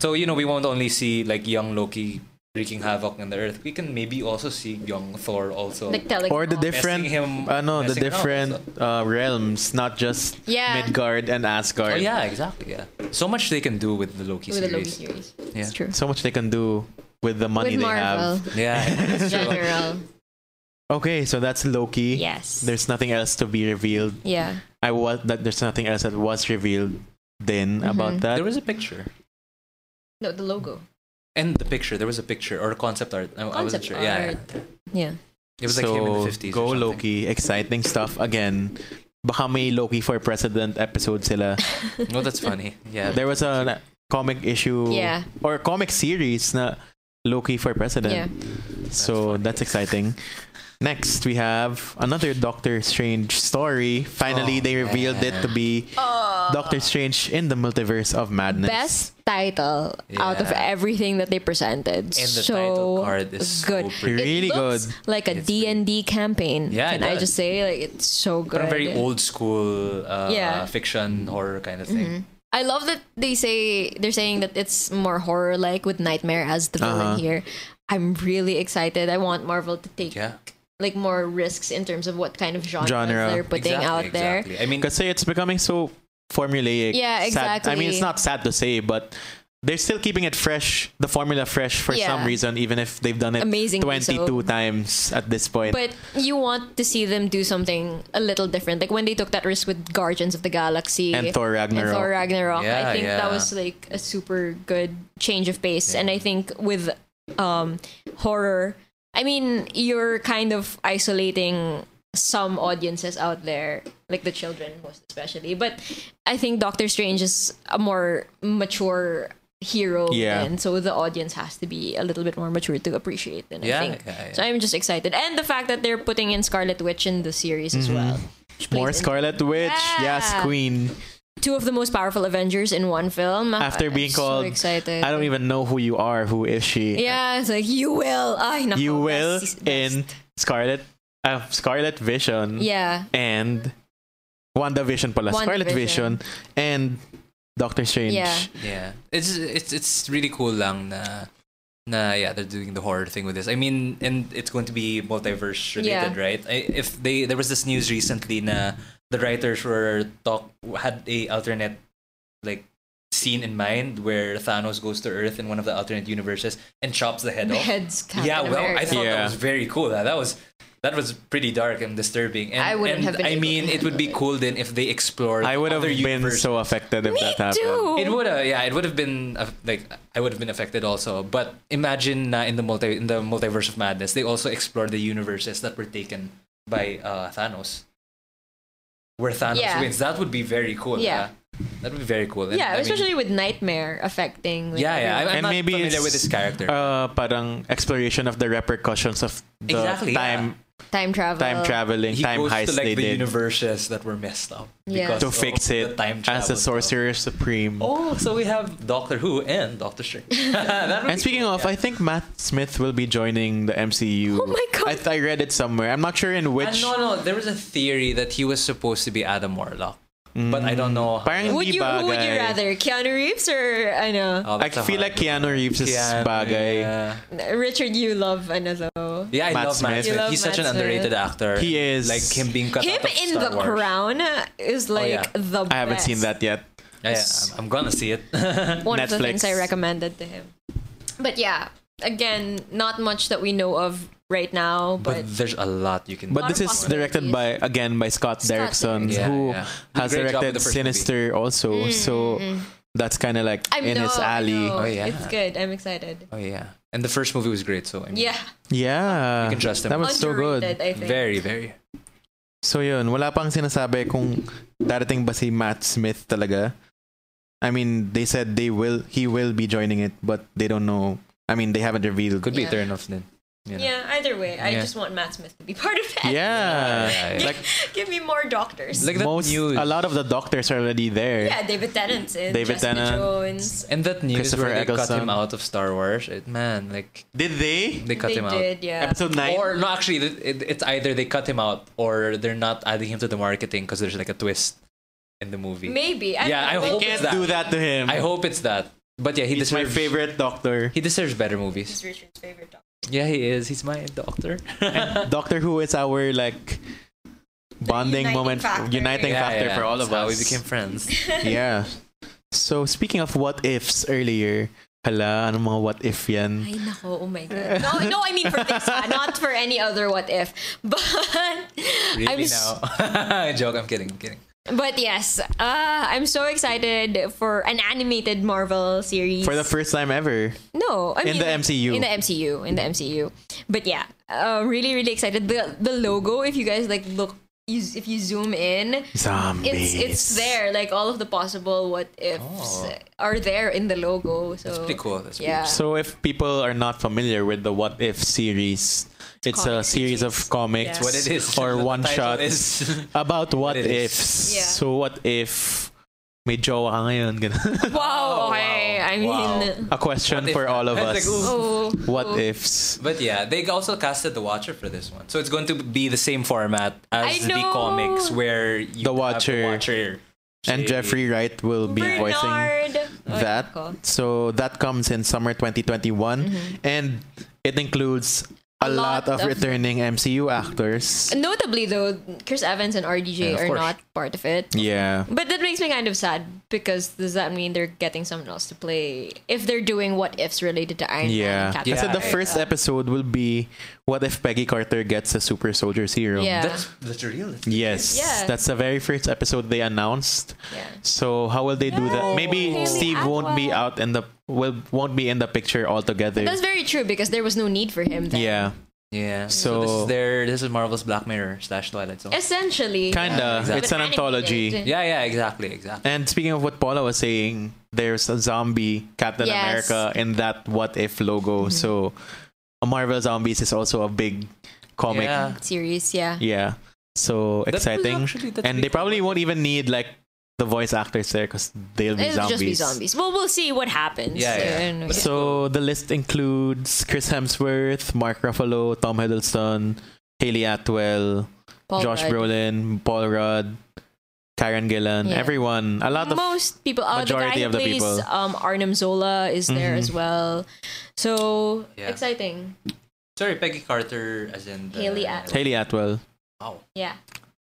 S3: So you know we won't only see like young Loki wreaking havoc on the earth. We can maybe also see young Thor also.
S2: Like telling
S1: or the
S2: all.
S1: different
S3: Messing him-
S1: uh, no, the
S3: messing around
S1: different uh, realms, not just
S2: Yeah.
S1: Midgard and Asgard.
S3: oh yeah, exactly. Yeah. So much they can do with the Loki
S2: with the
S3: series.
S2: Loki series.
S3: Yeah.
S2: It's true.
S1: So much they can do with the money
S2: with
S1: they
S2: Marvel
S1: have.
S3: Yeah.
S2: in general.
S1: Okay, so that's Loki.
S2: yes.
S1: There's nothing else to be revealed.
S2: yeah.
S1: I was that there's nothing else that was revealed then
S3: Mm-hmm.
S1: about
S2: Mhm.
S1: that.
S3: there was a picture.
S2: No, the logo.
S3: And the picture, there was a picture or concept art. I, I
S2: Concept
S3: wasn't sure. Yeah, yeah.
S2: art. Yeah.
S3: It was like him in
S1: So,
S3: the 50s. or
S1: Go
S3: something.
S1: Loki, exciting stuff again. Baka may Loki for President episode sila.
S3: No, that's funny. Yeah.
S1: There was a na- comic issue
S2: Yeah.
S1: or comic series na Loki for President.
S2: Yeah.
S1: so
S3: funny.
S1: that's exciting. Next, we have another Doctor Strange story. Finally,
S3: Oh,
S1: they revealed it
S3: man.
S1: to be
S3: Oh.
S1: Doctor Strange in the Multiverse of Madness.
S2: Best title out of
S3: Yeah.
S2: everything that they presented.
S3: And the
S2: so
S3: title card is
S2: good.
S3: so pretty.
S1: Really
S2: it looks
S1: good.
S2: Like a
S3: It's
S2: D and D campaign.
S3: Yeah, it
S2: Can I
S3: does.
S2: just say like it's so good.
S3: Parang very old school uh,
S2: Yeah.
S3: fiction horror kind of thing.
S2: I love that they say they're saying that it's more horror like with Nightmare as the villain
S1: Uh-huh.
S2: here. I'm really excited. I want Marvel to take
S3: Yeah.
S2: like more risks in terms of what kind of genre,
S1: Genre.
S2: they're putting out there.
S3: Exactly. I mean,
S1: Because it's becoming so formulaic.
S2: Yeah,
S1: Sad- I mean,
S2: exactly.
S1: it's not sad to say, but they're still keeping it fresh, the formula fresh for
S2: Yeah.
S1: some reason, even if they've done it
S2: Amazingly
S1: 22
S2: so.
S1: times at this point.
S2: But you want to see them do something a little different. Like when they took that risk with Guardians of the Galaxy
S1: and Thor
S2: and
S1: Ragnarok.
S2: Thor Ragnarok.
S3: Yeah,
S2: I think
S3: yeah.
S2: that was like a super good change of pace.
S3: Yeah.
S2: And I think with um horror, I mean, you're kind of isolating some audiences out there, like the children most especially. But I think Doctor Strange is a more mature hero
S1: Yeah.
S2: and so the audience has to be a little bit more mature to appreciate and I
S3: Yeah,
S2: think.
S3: yeah, yeah.
S2: So I'm just excited. And the fact that they're putting in Scarlet Witch in the series
S1: Mm-hmm.
S2: as well. which plays
S1: More
S2: into
S1: Scarlet Witch. Yes,
S2: Yeah.
S1: Queen.
S2: two of the most powerful Avengers in one film.
S1: After
S2: I'm
S1: being
S2: so
S1: called-
S2: excited.
S1: I don't even know who you are. Who is she?
S2: Yeah, it's like you will. Ay, nako,
S1: you will
S2: best- best.
S1: in Scarlet, uh, Scarlet Vision
S2: Yeah,
S1: and WandaVision pala. Scarlet Vision
S2: WandaVision.
S1: and Doctor Strange.
S2: Yeah.
S3: yeah, it's it's it's really cool lang na na yeah they're doing the horror thing with this. I mean, and it's going to be multiverse related,
S2: Yeah.
S3: right? I, if they there was this news recently na the writers were talk had a alternate like scene in mind where Thanos goes to Earth in one of the alternate universes and chops the head
S2: the
S3: off.
S2: heads. Captain
S3: yeah, well, I
S2: America.
S3: thought
S1: Yeah.
S3: that was very cool. That, that was that was pretty dark and disturbing. And,
S2: I wouldn't
S3: and
S2: have been
S3: I
S2: able to
S3: mean, it would be cool then if they explored.
S1: I would have
S3: other
S1: been
S3: universes.
S1: so affected if that
S2: Me
S1: happened.
S2: too.
S3: It would have, yeah. It would have been uh, like I would have been affected also. But imagine na in the multi in the multiverse of madness, they also explored the universes that were taken by uh, Thanos, where Thanos
S2: Yeah.
S3: wins. That would be very cool.
S2: Yeah.
S3: Yeah, that would be very cool. And
S2: Yeah,
S3: I mean-
S2: especially with Nightmare affecting. Like,
S3: yeah, yeah. I'm, I'm
S1: And
S3: not
S1: maybe
S3: familiar
S1: it's,
S3: with this character.
S1: Uh, parang exploration of the repercussions of the
S3: Exactly,
S1: time
S2: time travel.
S1: time traveling,
S3: he
S1: time
S3: goes
S1: heist
S3: to like
S1: they
S3: the
S1: did
S3: universes that were messed up
S2: Yeah.
S3: because
S1: to
S3: of
S1: fix
S3: the
S1: it
S3: time
S1: as
S3: travel
S1: the
S3: stuff.
S1: sorcerer supreme.
S3: Oh, so we have Doctor Who and Doctor Strange. That would
S1: And
S3: be
S1: speaking
S3: cool,
S1: of, I
S3: yeah.
S1: think Matt Smith will be joining the MCU.
S2: Oh my God.
S1: I, th- I read it somewhere. I'm not sure in
S3: And
S1: which.
S3: Ah, no, no, there was a theory that he was supposed to be Adam Warlock, but I don't know. How
S1: Parang-
S2: Would you who would you
S1: Bagay.
S2: rather? Keanu Reeves or I know
S3: Oh,
S1: I
S3: that's a
S1: feel
S3: hard
S1: like Keanu Reeves is
S3: Keanu,
S1: bagay.
S3: Yeah,
S2: Richard you love I know though.
S3: yeah I
S1: Matt
S3: love
S1: Smith.
S3: Matt Smith.
S2: You love
S3: He's such
S2: Matt
S3: an
S2: Smith.
S3: underrated actor.
S1: He is.
S3: Like him being cut
S2: Him
S3: out of
S2: in
S3: Star
S2: the
S3: Wars. Oh,
S2: crown is like
S3: yeah.
S2: the
S1: I haven't
S2: best.
S1: seen that yet.
S3: Yeah, yeah, I'm- I'm gonna see it.
S2: One of the
S1: Netflix.
S2: things I recommended to him. But yeah, again, not much that we know of right now,
S3: but
S2: but,
S3: there's a lot you can.
S1: But
S2: Lot
S1: this
S2: of
S1: is directed by again by Scott,
S2: Scott
S1: Derrickson,
S2: Derrickson.
S3: Yeah,
S1: who
S3: yeah.
S1: has
S3: Great job with
S1: directed
S3: the first movie. Mm,
S1: Sinister also. so that's kind of like
S2: Mm-hmm. I'm
S1: in his alley.
S3: Oh, yeah.
S2: It's good. I'm excited.
S3: oh yeah, and the first movie was great. So I mean,
S2: Yeah.
S1: Yeah,
S3: You can trust him.
S1: That was so good.
S2: Underrated, I think.
S3: very, very.
S1: So yun, wala pang sinasabi kung darating ba si Matt Smith talaga. I mean, they said they will, he will be joining it, but they don't know. I mean, they haven't revealed.
S3: Could be
S2: Yeah.
S3: Eternals then. You know.
S4: Yeah, either way, I
S3: Yeah.
S4: just want Matt Smith to be part of it.
S1: Yeah,
S3: Yeah, yeah.
S1: like
S4: Give me more doctors.
S3: Like that
S1: most,
S3: news.
S1: a lot of the doctors are already there.
S4: yeah, David Tennant's in.
S1: David
S4: Jessica
S1: Tennant.
S4: Jones.
S3: And that news
S1: Christopher
S3: where they cut
S1: Eccleston.
S3: him out of Star Wars, it, man, like
S1: Did they?
S3: they cut
S4: they
S3: him out.
S4: did, yeah.
S1: Episode nine.
S3: Or no, actually, it, it, it's either they cut him out or they're not adding him to the marketing because there's like a twist in the movie.
S4: Maybe. I don't know,
S3: Yeah, I
S4: but
S3: hope
S1: can't
S3: it's that.
S1: do that to him.
S3: I hope it's that. But yeah, he
S1: he's my
S3: deserves
S1: favorite doctor.
S3: He deserves better movies.
S4: He's Richard's favorite doctor.
S3: Yeah, he is. He's my doctor.
S1: Doctor Who is our like
S4: uniting
S1: bonding moment,
S4: factor.
S1: uniting
S3: Yeah,
S1: factor
S3: yeah,
S1: for all of
S3: that's how
S1: us.
S3: we became friends.
S1: yeah. So speaking of what ifs earlier, hala, ano mga what if yan?
S2: Ay, nako, oh my God. No, no, I mean for this, ah, not for any other what if. But I'm
S3: Really
S2: s-
S3: now. Joke, I'm kidding, I'm kidding.
S2: But yes, uh, I'm so excited for an animated Marvel series.
S1: For the first time ever.
S2: no, I
S1: in
S2: mean,
S1: the MCU.
S2: In the MCU, in the MCU. But yeah, uh, really, really excited. The the logo, if you guys like look, you, if you zoom in, it's
S1: Zombies.
S2: it's there. Like all of the possible what ifs
S3: Oh.
S2: are there in the logo. So
S3: That's pretty cool. That's
S2: Yeah.
S1: So if people are not familiar with the What If series, it's a
S2: comic
S1: series of
S2: series.
S1: comics
S4: That's
S3: what it is.
S1: or
S3: The
S1: one
S3: title
S1: shots
S3: is-
S1: about what,
S3: it is.
S1: ifs.
S2: Yeah.
S1: So what if may jowa ka ngayon? Ganun.
S2: wow,
S3: Oh,
S2: okay.
S3: wow.
S2: I mean,
S3: Wow.
S1: a question
S3: What if
S1: for
S3: na-
S1: all of
S3: It's
S1: us.
S3: like, ooh.
S2: oh,
S1: what
S2: oh.
S1: ifs?
S3: But yeah, they also casted the Watcher for this one, so it's going to be the same format as
S2: I
S3: the
S2: know.
S3: comics, where you
S1: The
S3: have
S1: Watcher.
S3: the Watcher.
S1: And Jeffrey Wright will be voicing
S2: Bernard. Oh,
S1: that.
S2: cool.
S1: So that comes in summer 2021
S3: Mm-hmm.
S1: and it includes a,
S2: A
S1: lot, of,
S2: lot of-
S1: returning MCU actors.
S2: Notably, though, Chris Evans and RDJ
S3: Yeah, of
S2: are
S3: course.
S2: not part of it.
S1: Yeah.
S2: But that makes me kind of sad because does that mean they're getting someone else to play if they're doing what ifs related to Iron Man?
S1: Yeah.
S2: and
S1: I
S2: Captain
S1: said the
S3: Yeah.
S1: first
S2: America?
S1: episode will be what if Peggy Carter gets a super soldier serum?
S2: Yeah.
S3: That's that's real.
S1: Yes.
S2: Yeah.
S1: That's the very first episode they announced.
S2: Yeah.
S1: So how will they do that? Maybe
S2: Haley
S1: Steve won't be
S2: Atwell.
S1: out in the will won't be in the picture altogether.
S2: That's very true because there was no need for him. Then.
S1: Yeah.
S3: Yeah.
S1: So-
S3: this is their this is Marvel's Black Mirror slash Twilight Zone.
S2: Essentially.
S1: Kinda.
S2: yeah.
S1: Exactly. It's an
S2: But
S1: anthology.
S2: animated.
S3: Yeah, yeah, exactly, exactly.
S1: And speaking of what Paula was saying, there's a zombie Captain
S2: Yes. Mm-hmm.
S1: America in that What If logo. So a Marvel Zombies is also a big comic. Yeah.
S3: Yeah.
S2: Series, yeah.
S1: So
S3: That was
S1: exciting.
S3: actually- that's
S1: and they
S3: pretty cool.
S1: probably won't even need like the voice actors there because they'll be
S2: It'll
S1: zombies.
S2: just be zombies. Well, we'll see what happens.
S3: Yeah, yeah.
S2: I don't know.
S1: So the list includes Chris Hemsworth, Mark Ruffalo, Tom Hiddleston, Haley Atwell,
S2: Paul
S1: Josh
S2: Rudd.
S1: Brolin, Paul Rudd, Karen Gillan,
S2: Yeah.
S1: everyone. A lot of
S2: Most people. Uh,
S1: majority
S2: the guy
S1: of the
S2: who plays,
S1: people.
S2: Um, Arnim Zola is there
S1: Mhm.
S2: as well. So
S3: Yeah.
S2: exciting.
S3: Sorry, Peggy Carter, as in the,
S2: Haley Atwell.
S1: Haley Atwell,
S3: Wow.
S2: Yeah.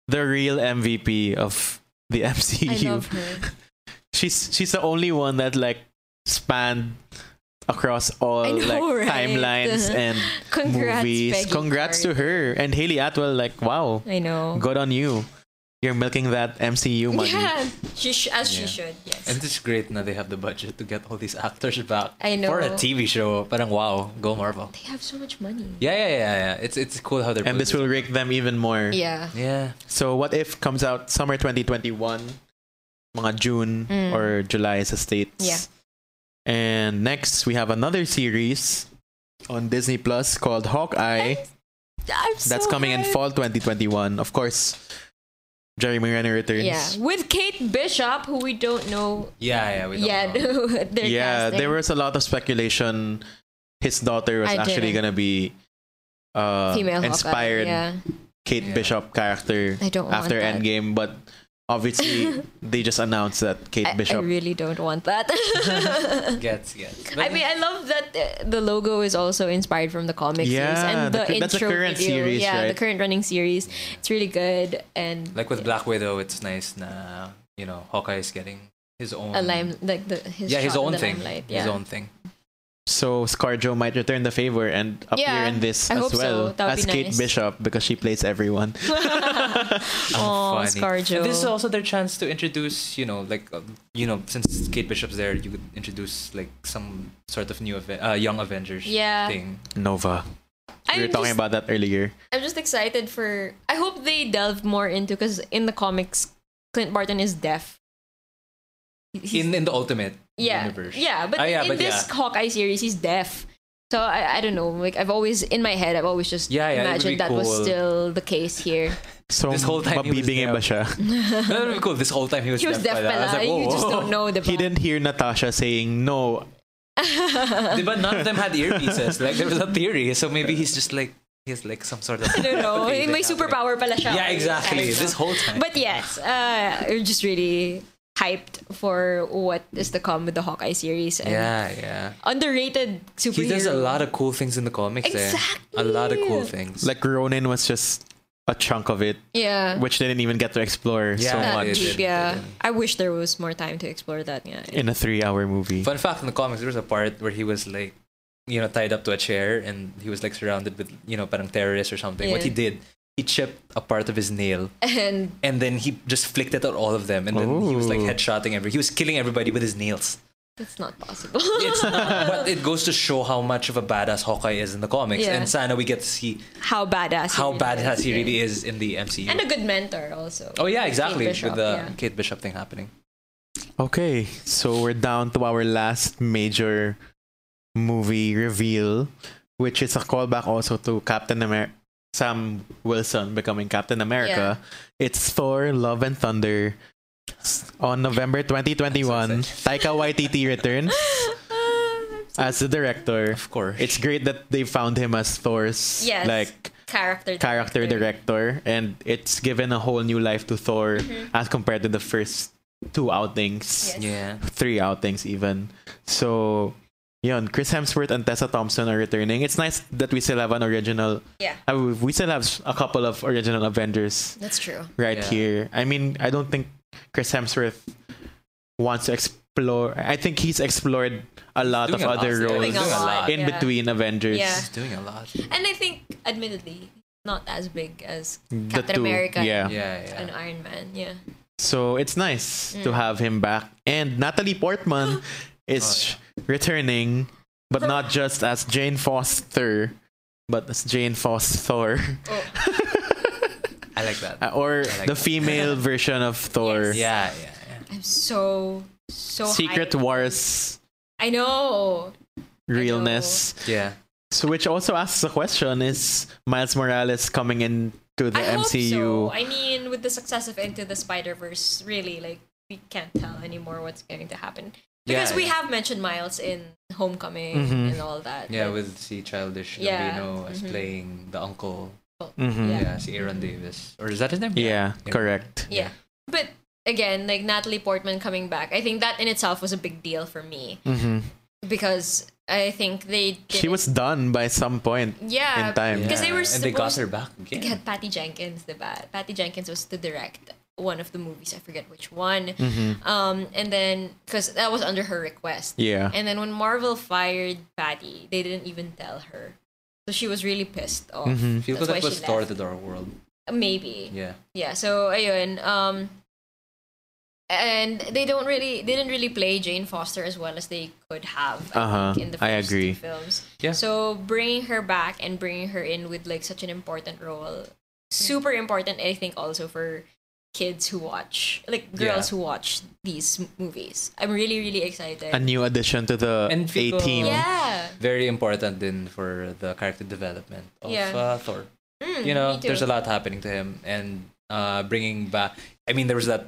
S1: the real MVP of the
S2: I
S1: MCU.
S2: love her.
S1: she's she's the only one that like spanned across all
S2: I know,
S1: like
S2: right?
S1: timelines and
S2: Congrats,
S1: movies.
S2: Peggy
S1: Congrats to her
S2: Carter.
S1: and Haley Atwell. Like wow,
S2: I know.
S1: good on you. You're milking that MCU money.
S2: Yeah, she sh- as
S3: Yeah.
S2: she should. Yes.
S3: And it's great now they have the budget to get all these actors back
S2: I know.
S3: for a TV show. Parang wow, go Marvel.
S2: they have so much money.
S3: Yeah, yeah, yeah, yeah. It's it's cool how they're
S1: And this
S3: producing.
S1: will rake them even more.
S2: Yeah.
S3: yeah.
S1: So what if comes out summer 2021, mga June
S2: Mm.
S1: or July sa states.
S2: Yeah.
S1: And next we have another series on Disney Plus called Hawkeye.
S2: I'm so
S1: That's coming in
S2: hyped.
S1: fall 2021. Of course, Jeremy Renner returns.
S2: Yeah, with Kate Bishop, who we don't know
S3: Yeah, yeah, we don't
S2: yet.
S3: know.
S2: They're
S1: yeah,
S2: casting.
S1: there was a lot of speculation. His daughter was
S2: I
S1: actually
S2: didn't.
S1: gonna be uh,
S2: female Hawkeye,
S1: inspired
S2: Yeah,
S1: Kate
S3: Yeah.
S1: Bishop character
S2: I don't
S1: after
S2: want that.
S1: Endgame, but obviously they just announced that Kate
S2: I, I
S1: Bishop.
S2: really don't want that.
S3: Gets, gets.
S2: I mean, I love that uh, the logo is also inspired from the comic series
S1: Yeah,
S2: and
S1: the
S2: the,
S1: cur-
S2: intro
S1: that's the current
S2: video.
S1: series,
S2: yeah, the
S1: right?
S2: current running series. It's really good and
S3: like with Black Widow, it's nice na you know Hawkeye is getting his own
S2: a lime like the his
S3: Um, yeah, his
S2: shot in
S3: own
S2: the
S3: thing,
S2: limelight. Yeah.
S3: his own thing.
S1: so Scarjo might return the favor and appear
S2: Yeah,
S1: in this
S2: I
S1: as
S2: hope so.
S1: well
S2: That
S1: as
S2: would be
S1: Kate
S2: nice.
S1: Bishop because she plays everyone.
S2: Oh,
S3: funny.
S2: Scarjo.
S3: And this is also their chance to introduce, you know, like uh, you know, since Kate Bishop's there, you could introduce like some sort of new Aven- uh, young Avengers
S2: Yeah.
S3: thing.
S1: Nova. We were
S2: I'm
S1: talking
S2: just-
S1: about that earlier.
S2: I'm just excited for. I hope they delve more into because in the comics, Clint Barton is deaf. He's-
S3: in in the ultimate
S2: yeah,
S3: universe.
S2: yeah, but
S3: Ah, yeah,
S2: in
S3: but
S2: this
S3: yeah.
S2: Hawkeye series, he's deaf. So I, I don't know. Like I've always in my head, I've always just
S3: Yeah, yeah, it would be
S2: imagined that was
S3: cool.
S2: still the case here.
S1: So
S3: This whole time he was
S1: mabibingin ba siya?
S3: that would be cool. This whole time he was
S2: He was deaf,
S3: pala. I was
S2: pala.
S3: like, whoa,
S2: you just
S3: whoa.
S2: don't know the.
S1: He didn't hear Natasha saying no.
S3: But none of them had earpieces. Like there was a theory, so maybe he's just like he has like some sort of.
S2: I don't know. May superpower pala siya.
S3: Yeah, exactly.
S2: I don't know.
S3: This whole time.
S2: But yes, uh, we're just really hyped for what is to come with the Hawkeye series. And
S3: yeah, yeah.
S2: Underrated superhero.
S3: He does a lot of cool things in the comics. eh?
S2: Exactly.
S3: A lot of cool things.
S1: Like Ronin was just a chunk of it,
S2: Yeah.
S1: which they didn't even get to explore so
S3: Yeah,
S2: That
S1: much
S2: deep,
S3: they did, they
S2: yeah.
S3: did.
S2: I wish there was more time to explore that. Yeah.
S1: in a three-hour movie.
S3: Fun fact in the comics, there was a part where he was like, you know, tied up to a chair and he was like surrounded with, you know, parang terrorists or something. What
S2: Yeah.
S3: he did, he chipped a part of his nail
S2: And
S3: and then he just flicked it at all of them. And then he was like
S1: Ooh.
S3: headshotting every. He was killing everybody with his nails.
S2: that's not possible.
S3: It's not, but it goes to show how much of a badass Hawkeye is in the comics.
S2: Uh-huh. Yeah.
S3: And Sana, we get to see
S2: How badass. he
S3: how
S2: really
S3: badass he
S2: yeah.
S3: really is in the MCU.
S2: And a good mentor also.
S3: oh, yeah, exactly.
S2: Bishop,
S3: with the
S2: yeah.
S3: Kate Bishop thing happening.
S1: Okay, so we're down to our last major movie reveal, which is a callback also to Captain America, Sam Wilson becoming Captain America. It's Thor: Love and Thunder. S- On November 2021,
S3: I'm so
S1: Taika Waititi returns
S2: Uh,
S1: as the director.
S3: Of course.
S1: It's great that they found him as Thor's
S2: Yes.
S1: like
S2: Character.
S1: character
S2: Mm-hmm.
S1: director, and it's given a whole new life to Thor as compared to the first two outings
S2: Mm-hmm. Yes.
S3: yeah.
S1: three outings even. So, yun, Chris Hemsworth and Tessa Thompson are returning. It's nice that we still have an original.
S2: Yeah.
S1: I mean, we still have a couple of original Avengers
S2: That's true.
S1: right
S3: Yeah.
S1: here. I mean, I don't think Chris Hemsworth wants to explore. I think he's explored a lot
S3: Doing
S1: of
S3: a lot.
S1: other
S3: Doing
S1: roles
S2: a lot,
S1: in
S2: yeah.
S1: between Avengers.
S2: Yeah.
S3: He's doing a lot.
S2: And I think, admittedly, not as big as
S1: The
S2: Captain
S1: two,
S2: America
S1: Yeah.
S3: Yeah, yeah.
S2: an Iron Man. Yeah.
S1: So it's nice
S2: Mm.
S1: to have him back. And Natalie Portman is returning, but not just as Jane Foster, but as Jane Foster.
S3: I like that.
S1: Uh, or
S3: like
S1: the
S3: that.
S1: female version of Thor.
S3: yeah, yeah, yeah.
S2: I'm so so
S1: Secret
S2: hyped.
S1: Wars
S2: I know.
S1: realness.
S3: Yeah.
S1: So which also asks the question is Miles Morales coming into the MCU?
S2: I hope so. I mean, with the success of Into the Spider Verse, really, like we can't tell anymore what's going to happen because
S3: Yeah,
S2: we
S3: yeah.
S2: have mentioned Miles in Homecoming and all that.
S3: Yeah,
S2: but-
S3: with si Childish
S2: Yeah. Mm-hmm.
S3: Gambino as playing the uncle.
S1: Mhm.
S2: Yeah.
S1: yeah.
S3: Yeah, si Aaron Davis. Or is that his name?
S1: correct.
S2: yeah. But again, like Natalie Portman coming back, I think that in itself was a big deal for me
S1: Mhm.
S2: because I think they did
S1: She was done by some point
S2: yeah
S1: in time.
S2: because they were
S3: and they got
S2: supposed
S3: her back
S2: they
S3: again.
S2: had Patty Jenkins, the bat. Patty Jenkins was to direct one of the movies. I forget which one. Um, and then because that was under her request.
S1: Yeah.
S2: And then when Marvel fired Patty, they didn't even tell her, so she was really pissed off.
S3: Feel
S2: That's why
S3: that Mm-hmm. was
S2: she
S3: Thor
S2: left.
S3: the Dark World.
S2: Maybe.
S3: Yeah.
S2: Yeah. So ayun. Um, and they don't really they didn't really play Jane Foster as well as they could have. I
S1: Uh-huh.
S2: think, in the first
S1: I agree.
S2: two films.
S3: Uh, Yeah.
S2: So bringing her back and bringing her in with like such an important role, super important. I think also for kids who watch like girls
S3: Yeah.
S2: who watch these m- movies. I'm really really excited.
S1: a new addition to the A
S3: And people-
S1: team.
S2: yeah.
S3: Very important then for the character development of
S2: Yeah. Mm,
S3: uh, Thor. you know,
S4: Mm, me too.
S3: there's a lot happening to him, and uh, bringing back. I mean, there was that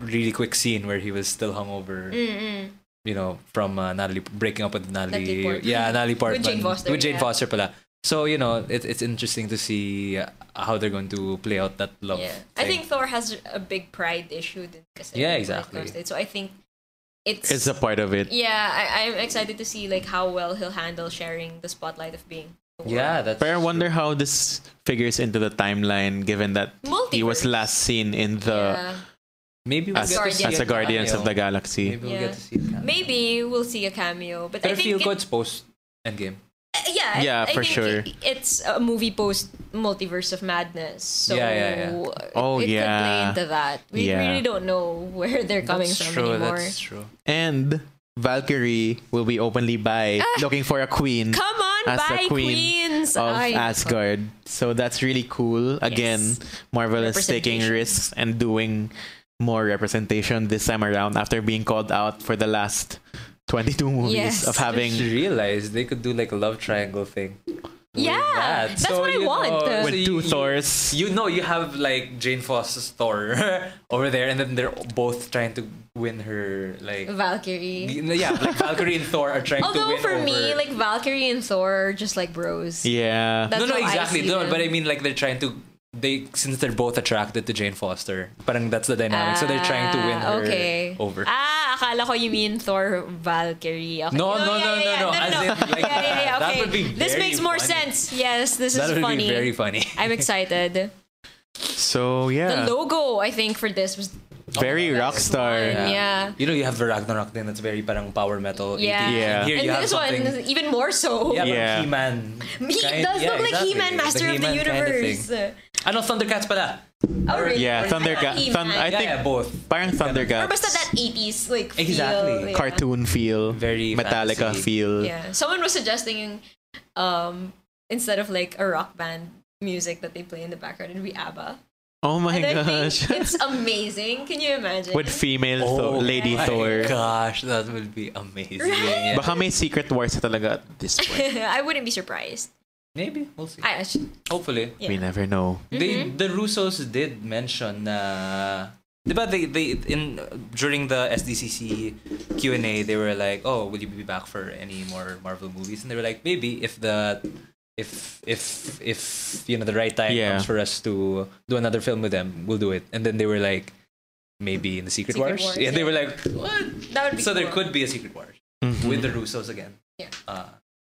S3: really quick scene where he was still hungover.
S2: Mm.
S4: Mm,
S3: You know, from uh, Natalie breaking up with
S4: Natalie
S3: Natalie.
S4: Portman.
S3: yeah, Natalie Portman
S4: Jane Foster,
S3: With Jane
S4: yeah.
S3: Foster, pala. So you know, it, it's interesting to see uh, how they're going to play out that love.
S4: Yeah. I
S3: thing.
S4: think Thor has a big pride issue din kasi when
S3: Yeah,
S4: it
S3: exactly.
S4: comes to it. So I think it's,
S1: It's a part of it.
S4: yeah, I, I'm excited to see like how well he'll handle sharing the spotlight of being. the world.
S3: Yeah, that's.
S1: But I wonder how this figures into the timeline, given that he
S4: Multiverse.
S1: was last uh, seen in the
S4: Yeah.
S3: Maybe we'll
S1: as,
S3: get to
S4: Guardians.
S3: see
S1: as
S3: a
S1: the Guardians of the
S3: cameo.
S1: Galaxy.
S3: Maybe we'll
S4: Yeah.
S3: get to see. a cameo.
S4: Maybe we'll see a cameo, but
S3: But
S4: I
S3: I
S4: think
S3: feel
S4: it-
S3: good post Endgame.
S4: Uh, yeah, I-
S1: Yeah,
S4: I
S1: for
S4: think
S1: sure.
S4: i- It's a movie post Multiverse of Madness, so
S3: Yeah, yeah, yeah.
S4: it-
S1: Oh,
S4: it could play
S1: yeah.
S4: into that. We
S1: Yeah.
S4: really don't know where they're coming
S3: that's
S4: from
S3: true.
S4: anymore.
S3: That's true.
S1: And Valkyrie will be openly bi,
S4: Ah.
S1: looking for a queen
S4: Come on,
S1: As the
S4: bye
S1: queen
S4: queens
S1: of
S4: Ay,
S1: Asgard. So that's really cool. Again, Marvel is taking
S4: Representation.
S1: risks and doing more representation this time around after being called out for the last 22 movies
S2: Yes.
S1: of having
S3: Just realized they could do like a love triangle thing. with
S4: Yeah,
S3: that.
S4: that's what I
S3: you
S4: want.
S3: know-
S4: With
S1: with
S3: so you-
S1: two
S3: you-
S1: Thors.
S3: You know, you have like Jane Foster's Thor over there, and then they're both trying to win her. Like,
S4: Valkyrie.
S3: yeah, like Valkyrie and Thor are trying to
S4: Although
S3: win
S4: for me,
S3: over-
S4: like Valkyrie and Thor are just like bros.
S1: yeah.
S4: That's
S3: no, no,
S4: how I see
S3: exactly. No,
S4: them.
S3: but I mean, like they're trying to. They since they're both attracted to Jane Foster, parang that's the dynamic. so they're trying to win
S4: Ah,
S3: her
S4: okay.
S3: over.
S4: Ah, akala ko you mean Thor Valkyrie. Okay.
S3: No,
S4: Oh,
S3: no,
S4: yeah,
S3: no,
S4: yeah,
S3: no,
S4: yeah.
S3: no. As in, like,
S4: yeah, yeah, yeah,
S3: that
S4: okay.
S3: would be
S4: this
S3: very
S4: makes more
S3: funny.
S4: sense. Yes, this
S3: that
S4: is
S3: would
S4: funny.
S3: be very funny.
S4: I'm excited.
S1: So yeah.
S4: The logo, I think, for this was
S1: Very rock star.
S4: Yeah.
S3: You know, you have the Ragnarok thing that's very parang power metal. 80s.
S4: Yeah.
S1: Yeah.
S3: And Oh, Here
S4: and
S3: you have
S4: this one
S3: something.
S4: is even more so.
S3: Yeah,
S1: Yeah.
S3: yeah. He-Man.
S4: He does look like He-Man, Master of the Universe.
S3: Ano, Thundercats pala.
S4: oh, really?
S1: Yeah,
S4: Or
S1: Thundercat.
S4: He-Man.
S1: Thun- I
S3: Yeah,
S1: think
S3: yeah, both.
S4: Or
S1: parang
S4: basta
S1: Thundercats.
S4: that 80s like feel,
S3: Exactly.
S4: yeah.
S1: Cartoon feel.
S3: Very
S1: Metallica
S3: fantasy.
S1: feel.
S4: Yeah. Someone was suggesting um instead of like a rock band music that they play in the background it'd be ABBA.
S1: Oh my
S4: and I
S1: gosh.
S4: think it's amazing. Can you imagine?
S1: with female Thor, Lady
S3: Oh my
S1: Thor.
S3: gosh, that would be amazing.
S4: Right?
S3: Yeah.
S1: Baka may secret wars na talaga at this point.
S4: I wouldn't be surprised.
S3: Maybe. We'll see.
S4: I actually,
S3: Hopefully.
S4: Yeah.
S1: We never know.
S3: They,
S4: Mm-hmm.
S3: the Russos did mention na... Diba they, they in during the SDCC Q and A they were like oh will you be back for any more Marvel movies and they were like maybe if the if if if you know the right time
S1: Yeah.
S3: comes for us to do another film with them we'll do it and then they were like maybe in the Secret,
S4: Secret
S3: Wars,
S4: Wars,
S3: yeah, they
S4: yeah.
S3: were like what
S4: that would be
S3: so there
S4: cool.
S3: could be a Secret Wars
S1: Mhm.
S3: with the Russos again
S4: Yeah.
S3: uh,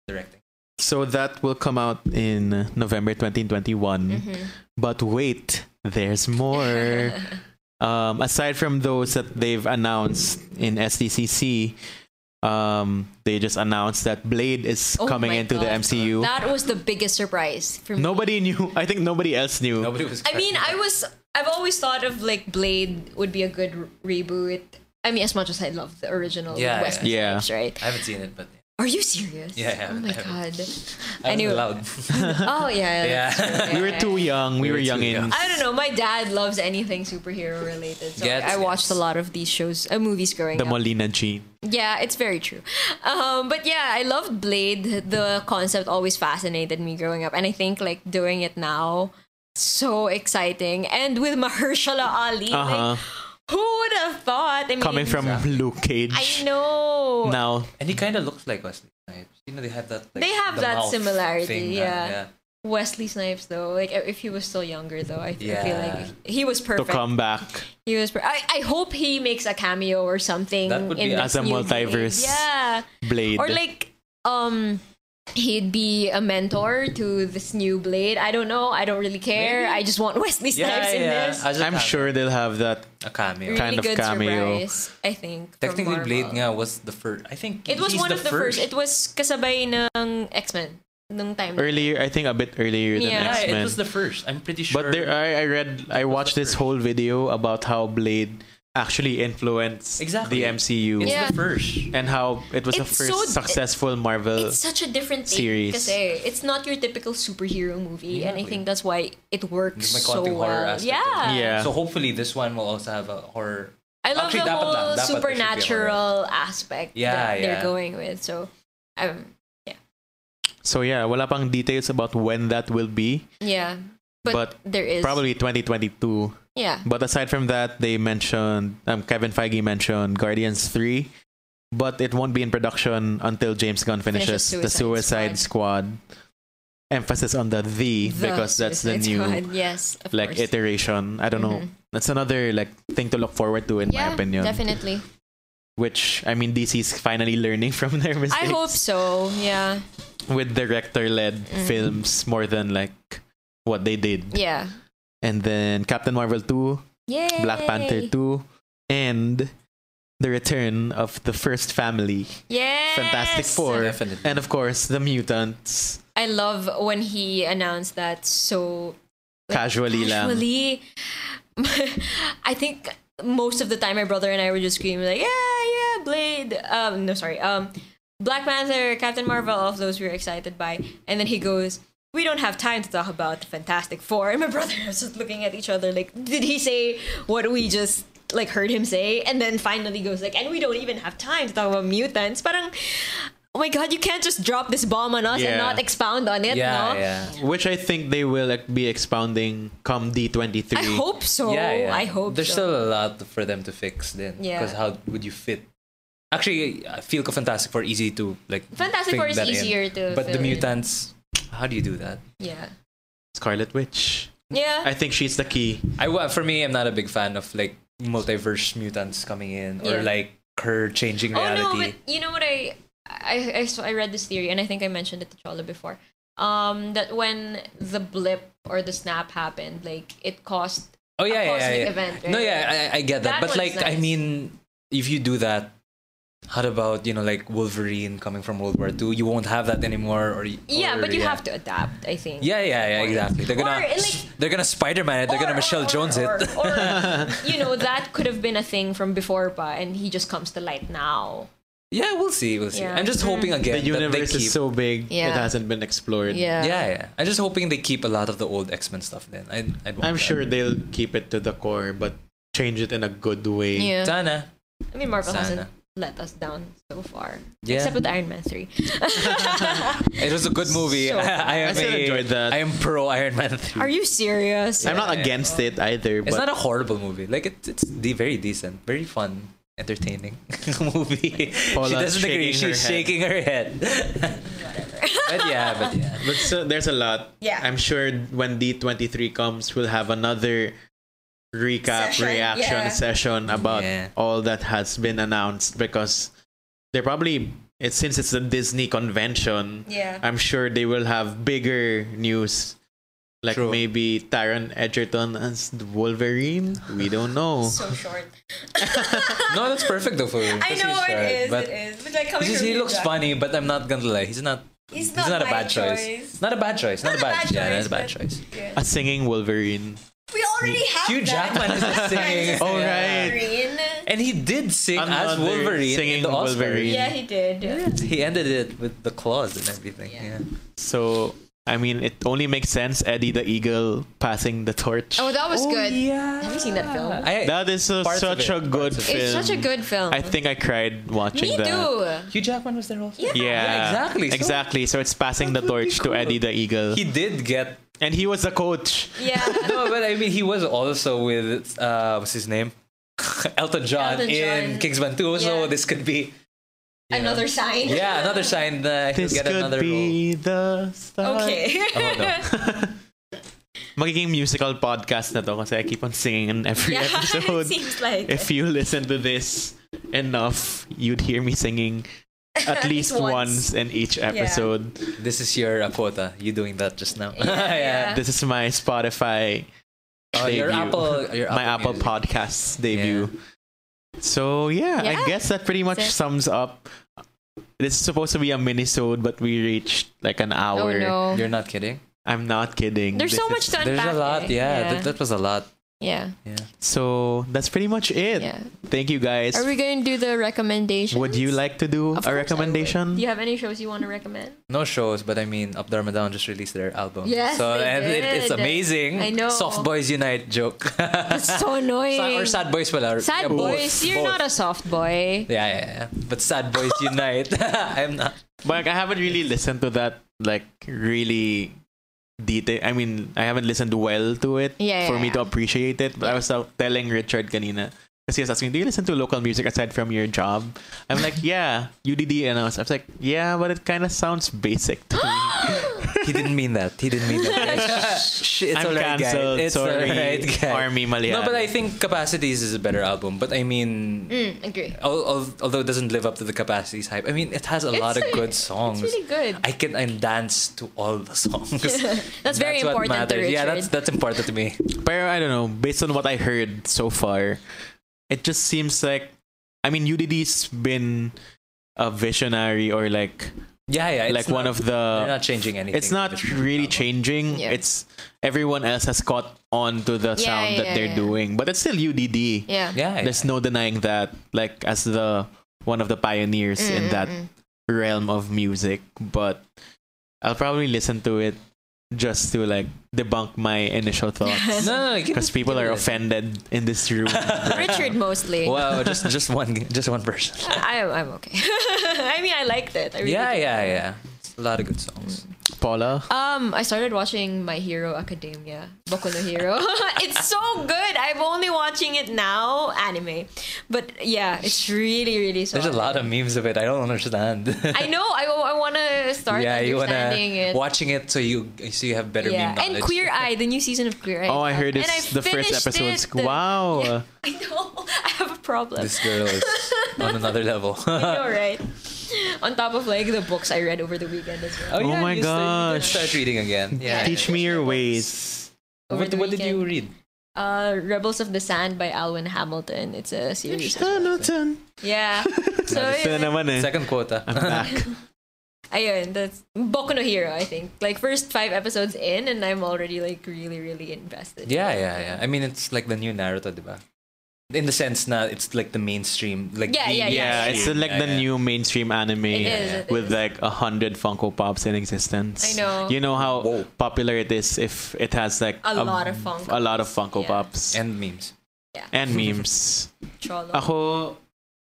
S3: directing
S1: So that will come out in November 2021.
S4: Mm-hmm.
S1: But wait, there's more. um, aside from those that they've announced in SDCC, um, they just announced that Blade is
S4: Oh
S1: coming
S4: my
S1: into the
S4: God.
S1: MCU.
S2: That was the biggest surprise for me.
S1: nobody knew. I think nobody else knew.
S3: nobody was
S4: I mean, I was I've always thought of like Blade would be a good re- reboot. I mean, as much as I love the original
S3: Yeah,
S4: West
S1: yeah.
S4: Stripes, right?
S3: I haven't seen it but
S4: Are you serious?
S3: Yeah, I
S4: Oh
S3: haven't-
S4: my
S3: I
S4: god.
S3: haven't. I
S2: knew-
S3: was loud
S2: Oh yeah.
S3: yeah
S1: We were too young. We,
S3: We
S1: were,
S3: were too
S1: young in.
S3: young.
S4: I don't know. My dad loves anything superhero related. So
S3: Gets
S4: I,
S2: I watched a lot of these shows, uh, movies growing
S1: The
S2: up.
S1: Molina gene.
S2: Yeah, it's very true. Um, but yeah, I loved Blade. The concept always fascinated me growing up, and I think like doing it now, so exciting. And with Mahershala Ali, like,
S1: Uh huh.
S2: who would have thought? I mean,
S1: Coming from Luke Cage.
S2: I know.
S1: Now,
S3: and he kind of looks like Wesley Snipes you know they have that like,
S2: They have
S3: the
S2: that
S3: mouth
S2: similarity,
S3: thing, uh,
S2: yeah.
S3: yeah
S2: Wesley Snipes though, like if he was still younger though, I, I feel
S3: Yeah.
S2: like he was
S1: to
S2: perfect.
S1: come back.
S2: He was. Per- I I hope he makes a cameo or something.
S3: That would
S2: in
S3: be
S2: this
S1: as a
S2: new movie.
S1: multiverse.
S2: Yeah,
S1: Blade.
S2: or like um. He'd be a mentor to this new Blade. I don't know. I don't really care.
S3: Maybe.
S2: I just want Wesley Snipes
S3: yeah,
S2: in
S3: yeah.
S2: this.
S3: As a
S1: I'm
S3: cameo.
S1: sure they'll have that.
S3: a cameo
S2: really
S1: kind of
S2: good
S1: cameo.
S2: surprise, I think. from
S3: technically
S2: Marvel.
S3: Blade nga was the first I think
S2: It was
S3: he's
S2: one of the first. It was kasabay ng X Men nung time.
S1: Earlier, I think a bit earlier than
S2: Yeah.
S3: yeah
S1: X
S3: it
S1: Men.
S3: was the first I'm pretty sure
S1: But there, I, I read, I watched this whole video about how Blade actually influenced
S3: Exactly.
S1: the MCU
S3: it's
S2: Yeah.
S3: the first
S1: and how it was the
S2: It's
S1: first
S2: so-
S1: successful Marvel.
S2: it's such a different take
S1: series.
S2: kasi it's not your typical superhero movie and I
S3: Exactly.
S2: think that's why it works
S3: May
S2: so
S3: konting
S2: well.
S3: horror aspect
S2: yeah.
S3: to it.
S1: Yeah.
S3: so hopefully this one will also have a horror
S2: I love the
S3: Actually, dapat
S2: whole
S3: lang. Dapat there should be a
S2: supernatural aspect
S3: Yeah,
S2: that they're
S3: yeah.
S2: going with. So um
S1: So yeah, wala pang details about when that will be,
S2: Yeah.
S1: but,
S2: But, there is
S1: probably 2022.
S2: yeah.
S1: But aside from that, they mentioned um, Kevin Feige mentioned Guardians 3, but it won't be in production until James Gunn finishes,
S2: Finishes
S1: the Suicide
S2: Suicide
S1: Squad. Emphasis on the the,
S2: The
S1: because that's the
S2: Suicide
S1: new
S2: Squad. yes, of
S1: like
S2: course.
S1: iteration. I don't know.
S2: Mhm.
S1: That's another like thing to look forward to in
S2: yeah,
S1: my opinion.
S2: definitely.
S1: Which I mean, DC's finally learning from their mistakes
S2: I hope so. Yeah,
S1: with director-led
S2: Mhm.
S1: films more than like what they did.
S2: yeah.
S1: And then Captain Marvel 2
S2: Yay!
S1: Black Panther 2, and the return of the first family,
S2: Yes!
S1: Fantastic Four,
S3: Definitely.
S1: and of course the mutants.
S2: I love when he announced that so
S1: Casually lang.
S2: casually. I think most of the time my brother and I would just scream like, yeah, yeah, Blade. Um, no, sorry. Um, Black Panther, Captain Marvel, all of those we were excited by. And then he goes, we don't have time to talk about the Fantastic Four. And my brother was just looking at each other like, did he say what we just like heard him say? And then finally goes like, and we don't even have time to talk about mutants. Parang, oh my god, you can't just drop this bomb on us and
S1: Yeah.
S2: not expound on it,
S3: yeah,
S2: no?
S3: yeah.
S1: Which I think they will like, be expounding come D23.
S2: I hope so.
S3: yeah, yeah.
S2: Oh, I hope
S3: there's
S2: so.
S3: still a lot for them to fix then.
S2: Yeah.
S3: Because how would you fit? Actually, I feel Fantastic Four easy to like.
S2: Fantastic
S3: fit
S2: Four is
S3: that in.
S2: easier to.
S3: But the
S2: fill in.
S3: mutants, how do you do that?
S2: Yeah.
S1: Scarlet Witch.
S2: Yeah.
S1: I think she's the key.
S3: I wa- for me, I'm not a big fan of like multiverse mutants coming in or
S2: Yeah.
S3: like her changing reality.
S2: Oh no, but you know what I I I, saw, I read this theory and I think I mentioned it to Chola before. Um, that when the blip or the snap happened, like it caused
S3: Oh yeah,
S2: a
S3: yeah,
S2: cosmic
S3: yeah, yeah.
S2: event. Right?
S3: No, yeah, I, I get
S2: That
S3: that. but like,
S2: one's
S3: I
S2: nice.
S3: mean, if you do that, how about you know like Wolverine coming from World War II? You won't have that anymore. Or
S2: yeah, but you have to adapt. I think.
S3: Yeah, yeah, yeah, exactly. They're gonna
S2: Or, like-
S3: they're gonna Spider Man it. They're
S2: Or-
S3: gonna
S2: or-
S3: Michelle
S2: or-
S3: Jones
S2: or-
S3: it.
S2: or, you know that could have been a thing from before, but and he just comes to light now.
S3: yeah, we'll see. We'll see.
S2: Yeah.
S3: I'm just hoping
S1: The
S3: again. that they
S1: universe
S3: keep,
S1: is so big, it
S2: Yeah.
S1: hasn't been explored.
S3: Yeah, yeah. I'm just hoping they keep a lot of the old X Men stuff. Then I, I'd want
S1: I'm
S3: that.
S1: sure they'll keep it to the core, but change it in a good way.
S2: Yeah.
S3: Sana.
S2: I mean, Marvel
S3: Sana.
S2: hasn't let us down so far,
S3: Yeah.
S2: except with Iron Man three.
S3: It was a good movie.
S2: So-
S3: I, am
S1: I still
S3: a-
S1: enjoyed that.
S3: I am pro Iron Man. 3.
S2: Are you serious?
S1: I'm not
S3: Yeah.
S1: against it either,
S3: It's
S1: but
S3: not a horrible movie. Like it, it's de- very decent, very fun, entertaining movie. she
S1: Paula
S3: doesn't agree.
S1: shaking her
S3: She's
S1: head.
S3: shaking her head. but yeah, but yeah.
S1: But so there's a lot.
S2: Yeah.
S1: I'm sure when D23 comes, we'll have another recap
S2: Session,
S1: reaction
S2: yeah.
S1: session about
S3: Yeah.
S1: all that has been announced because they're probably it since it's the Disney convention.
S2: Yeah.
S1: I'm sure they will have bigger news. Like
S3: True.
S1: maybe Taron Edgerton as the Wolverine. We don't know.
S2: So short.
S3: No, that's perfect though for you.
S2: I know it is. it is. But like coming
S3: He's,
S2: from
S3: he
S2: you,
S3: looks
S2: Jack,
S3: funny, but I'm not gonna lie. He's not.
S2: He's
S3: he's
S2: not,
S3: not a
S2: my
S3: bad choice. Not a bad choice. Not, a bad. yeah, not a bad choice.
S1: A singing Wolverine.
S2: We already have
S3: Hugh
S2: that.
S3: Jackman is singing.
S1: Oh, right.
S2: Wolverine.
S3: And he did sing as
S1: Another
S3: Wolverine in
S1: singing
S3: the Oscars.
S1: Wolverine.
S2: Yeah, he did.
S3: He ended it with the claws and everything. Yeah.
S1: So I mean it only makes sense Eddie the Eagle passing the torch.
S2: Oh, that was good.
S3: yeah.
S2: Have you seen that film?
S3: I,
S1: that is a-
S3: Parts of
S1: such
S3: it,
S1: a good
S3: parts of it.
S1: film.
S2: It's such a good film.
S1: I think I cried watching
S2: Me
S1: that.
S2: too.
S3: Hugh Jackman was there also.
S2: Yeah.
S1: Yeah,
S3: exactly. So-
S1: exactly. So it's passing the
S3: That would be
S1: torch
S3: cool.
S1: to Eddie the Eagle,
S3: He did get.
S1: and he was the coach.
S2: Yeah.
S3: No, but I mean, he was also with uh, what's his name, Elton John,
S2: Elton
S3: in
S2: John.
S3: Kingsman 2. So
S2: Yeah.
S3: this could be you know.
S2: Another sign.
S3: Yeah, another sign that he'll
S1: This
S3: get
S1: could
S3: another role.
S1: be the star.
S2: Okay.
S3: Oh, no.
S1: Magiging musical podcast na to kasi I keep on singing in every
S2: yeah. It
S1: episode.
S2: seems like
S1: If you listen to this enough, you'd hear me singing at least once. in each episode.
S3: This is your uh, quota. You doing that just now? Yeah.
S2: yeah.
S1: This is my Spotify
S3: Oh, your
S1: debut.
S3: Apple, your Apple
S1: my Apple
S3: Music.
S1: Podcasts debut. So yeah, I
S2: Yeah.
S1: guess that pretty much
S2: That's it.
S1: sums up. This is supposed to be a minisode, but we reached like an
S2: Oh
S1: hour.
S2: no.
S3: You're not kidding.
S1: I'm not kidding.
S2: There's
S1: This
S2: so
S1: is-
S2: much to unpack.
S3: There's a lot.
S2: eh?
S3: Yeah, That, that was a lot.
S2: Yeah.
S3: Yeah.
S1: So that's pretty much it.
S2: Yeah.
S1: Thank you guys.
S2: Are we going to do the recommendation?
S1: would you like to do
S2: Of course I
S1: a
S2: would.
S1: recommendation?
S4: Do you have any shows you want to recommend?
S3: No shows, but I mean, Up Dharma Down just released their album.
S2: Yes,
S3: so
S2: they
S3: and It, it's
S2: did.
S3: amazing.
S2: I know.
S3: Soft boys unite joke.
S2: That's so annoying.
S3: Sa- or sad boys pala.
S2: Sad
S3: Yeah, both,
S2: boys, you're
S3: both.
S2: not a soft boy.
S3: Yeah, yeah, yeah. But sad boys unite. I'm not.
S1: But I haven't really listened to that like really detail. I mean, I haven't listened well to it
S2: Yeah,
S1: for
S2: yeah,
S1: me to
S2: yeah.
S1: appreciate it. But I was out telling Richard kanina because he was asking, "Do you listen to local music aside from your job?" I'm like, "Yeah, UDD," and I was, I was like, "Yeah, but it kind of sounds basic." To me.
S3: He didn't mean that. He didn't mean that. Shh, it's
S1: I'm
S3: alright, guys.
S1: cancelled.
S3: It's
S1: Sorry,
S3: alright, guys.
S1: Army Malayan.
S3: No, but I think Capacities is a better album. But I mean,
S2: Mm, agree.
S3: al- al- although it doesn't live up to the Capacities hype, I mean, it has a
S4: It's
S3: lot of
S4: a-
S3: good
S4: it's
S3: songs.
S4: really good.
S3: I can I dance to all the songs.
S2: That's very
S3: what
S2: important to
S3: matters.
S2: Richard.
S3: Yeah, that's that's important to me.
S1: But I don't know. Based on what I heard so far, it just seems like I mean UDD's been a visionary or like
S3: Yeah, yeah. It's
S1: like one
S3: not-
S1: of the
S3: they're not changing anything.
S1: it's not
S3: with the
S1: really
S3: album.
S1: changing.
S2: Yeah.
S1: It's everyone else has caught on to the
S2: Yeah,
S1: sound that
S2: yeah,
S1: they're
S2: yeah.
S1: doing, but it's still UDD.
S2: yeah.
S3: Yeah, yeah.
S1: There's no denying that. Like as the one of the pioneers in that
S2: Mm, mm,
S1: realm of music, but I'll probably listen to it just to like debunk my initial thoughts
S3: no, no,
S1: because people are offended in this room.
S2: mm. Richard mostly.
S3: Wow, just just one just one person.
S2: I, am I'm okay.
S4: I mean, I liked it. I really
S3: Yeah,
S4: did.
S3: yeah, yeah. It's A lot of good songs.
S1: Paula,
S2: Um, I started watching My Hero Academia, Boku no Hero. it's so good. I'm only watching it now, anime. But yeah, it's really, really solid.
S3: There's a lot of memes of it. I don't understand.
S2: I know. I, I want to start
S3: yeah, you wanna
S2: understanding it.
S3: watching it so you so you have better meme
S2: yeah,
S3: knowledge.
S2: and Queer Eye, the new season of Queer Eye.
S1: Oh, I
S2: is
S1: heard
S2: out.
S1: it's
S2: And I
S1: the first
S2: finished
S1: episode.
S2: it. The-
S1: Wow.
S2: I know. I have a problem.
S3: This girl is on another level.
S2: I know, right? On top of like the books I read over the weekend as well.
S1: Oh
S3: yeah,
S1: my
S3: you start- you can
S1: gosh.
S3: Start reading again. Yeah.
S1: Teach me your ways.
S2: Over
S3: What,
S2: the
S3: what did you
S2: weekend.
S3: read?
S2: Uh, Rebels of the Sand by Alwyn Hamilton. It's a series.
S1: Hamilton.
S2: Yeah. so
S1: Ito na
S2: it's,
S1: naman eh.
S3: Second quota.
S1: I'm back.
S2: ayun, that's Boku no Hero, I think. Like first five episodes in, and I'm already like really, really invested.
S3: Yeah, yeah, yeah. I mean, it's like the new Naruto, diba? In the sense na it's like the mainstream, like
S2: Yeah, yeah,
S3: the
S1: Yeah, it's
S3: mainstream.
S1: like the
S3: Yeah, yeah.
S1: new mainstream anime
S2: It is, it
S1: with
S2: is.
S1: like a hundred Funko Pops in existence.
S2: I know.
S1: You know how
S3: Whoa.
S1: popular it is if it has like
S2: A lot of Funko
S1: a lot of Funko
S2: yeah.
S1: Pops and,
S3: and memes.
S1: memes.
S2: Cholo.
S1: Ako,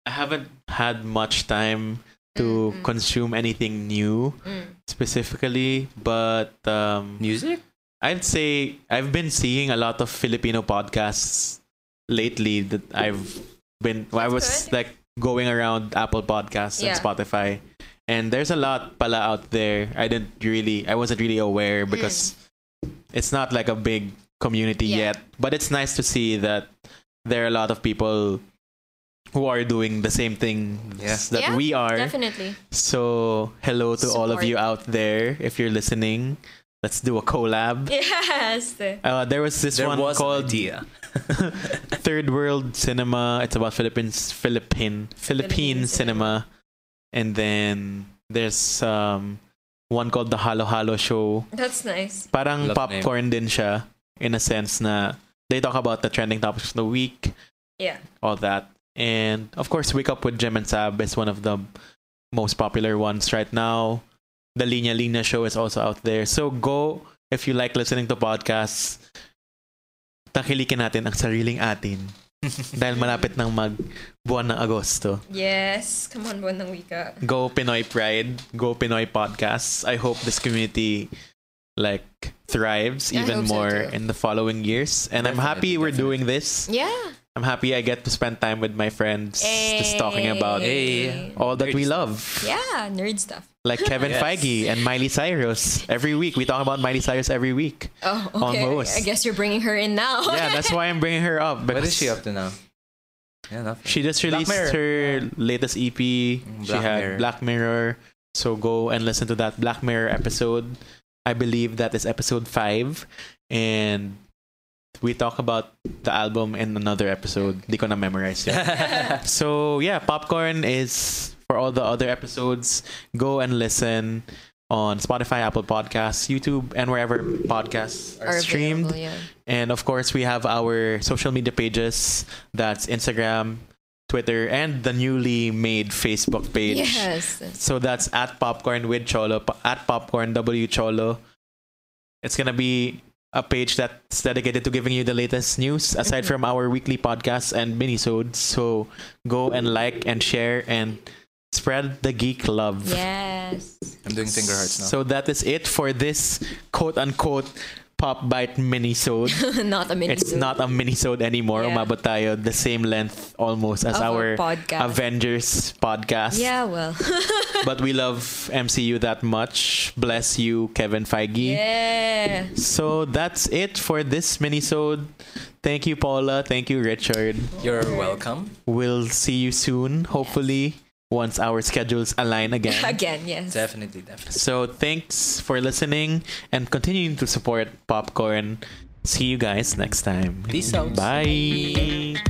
S1: I haven't had much time to
S2: Mm, mm.
S1: consume anything new
S2: Mm.
S1: specifically, but um,
S3: Music?
S1: I'd say I've been seeing a lot of Filipino podcasts lately that I've been well, I
S2: That's
S1: was
S2: good.
S1: like going around Apple Podcasts
S2: Yeah.
S1: and Spotify and there's a lot pala out there. I didn't really I wasn't really aware
S2: Hmm.
S1: because it's not like a big community
S2: Yeah.
S1: yet, but it's nice to see that there are a lot of people who are doing the same thing
S3: Yeah.
S1: that
S2: Yeah,
S1: we are.
S2: Definitely.
S1: So, hello to all of
S2: Support.
S1: you out there if you're listening. Let's do a collab.
S2: Yes.
S1: Uh, there was this
S3: There
S1: one
S3: was
S1: called
S3: an idea.
S1: Third World Cinema. It's about Philippines, Philippine, Philippine
S2: Philippine
S1: cinema. And then there's um one called the Halo Halo Show.
S2: That's nice.
S1: Parang
S3: Love
S1: popcorn din siya in a sense na they talk about the trending topics of the week,
S2: Yeah.
S1: all that. And of course, Wake Up with Jem and Sab is one of the most popular ones right now. The Linya Linya show is also out there. So go if you like listening to podcasts. Takilikin natin ang sariling atin dahil malapit ng mag buwan ng Agosto.
S2: Yes. Come on, buwan ng wika.
S1: Go Pinoy Pride, go Pinoy Podcasts. I hope this community like thrives
S2: I
S1: even
S2: hope so
S1: more
S2: too.
S1: in the following years. And I'm happy
S3: Definitely,
S1: we're
S3: definitely.
S1: doing this.
S2: Yeah.
S1: I'm happy I get to spend time with my friends just talking about
S3: Hey.
S1: all that we
S3: Nerds.
S1: love.
S2: Yeah, nerd stuff.
S1: Like Kevin
S3: Yes.
S1: Feige and Miley Cyrus. Every week we talk about Miley Cyrus every week.
S2: Oh, okay.
S1: Almost.
S2: I guess you're bringing her in now.
S1: Yeah, that's why I'm bringing her up.
S3: What
S1: because
S3: is she up to now? Yeah, nothing.
S1: She just
S3: Black
S1: released
S3: Mirror. Mm,
S1: her latest EP. she
S3: Black
S1: had
S3: Mirror.
S1: Black Mirror. So go and listen to that Black Mirror episode. I believe that is episode five, and we talk about the album in another episode. Di ko na memorize yet. So yeah, popcorn is for all the other episodes. Go and listen. on Spotify, Apple Podcasts, YouTube, and wherever podcasts are,
S2: Are
S1: streamed.
S2: available, yeah.
S1: And of course, we have our social media pages. That's Instagram, Twitter, and the newly made Facebook page.
S2: Yes.
S1: So that's at popcorn with cholo po- at popcorn w cholo. It's gonna be a page that's dedicated to giving you the latest news aside
S2: Mm-hmm.
S1: from our weekly podcasts and minisodes. So go and like and share and spread the geek love.
S2: Yes.
S3: I'm doing finger hearts now.
S1: So that is it for this quote unquote pop bite minisode.
S2: not a minute.
S1: it's not a minisode anymore.
S2: Yeah.
S1: Umabot tayo the same length almost as
S2: Of
S1: our,
S2: our podcast.
S1: Avengers podcast.
S2: Yeah, well.
S1: But we love MCU that much. Bless you, Kevin Feige.
S2: yeah.
S1: So that's it for this minisode. Thank you, Paula. Thank you, Richard.
S3: You're welcome.
S1: We'll see you soon, hopefully, once our schedules align again.
S2: Again, yes.
S3: Definitely, definitely.
S1: So thanks for listening and continuing to support Popcorn. See you guys next time.
S3: Peace out.
S1: Bye.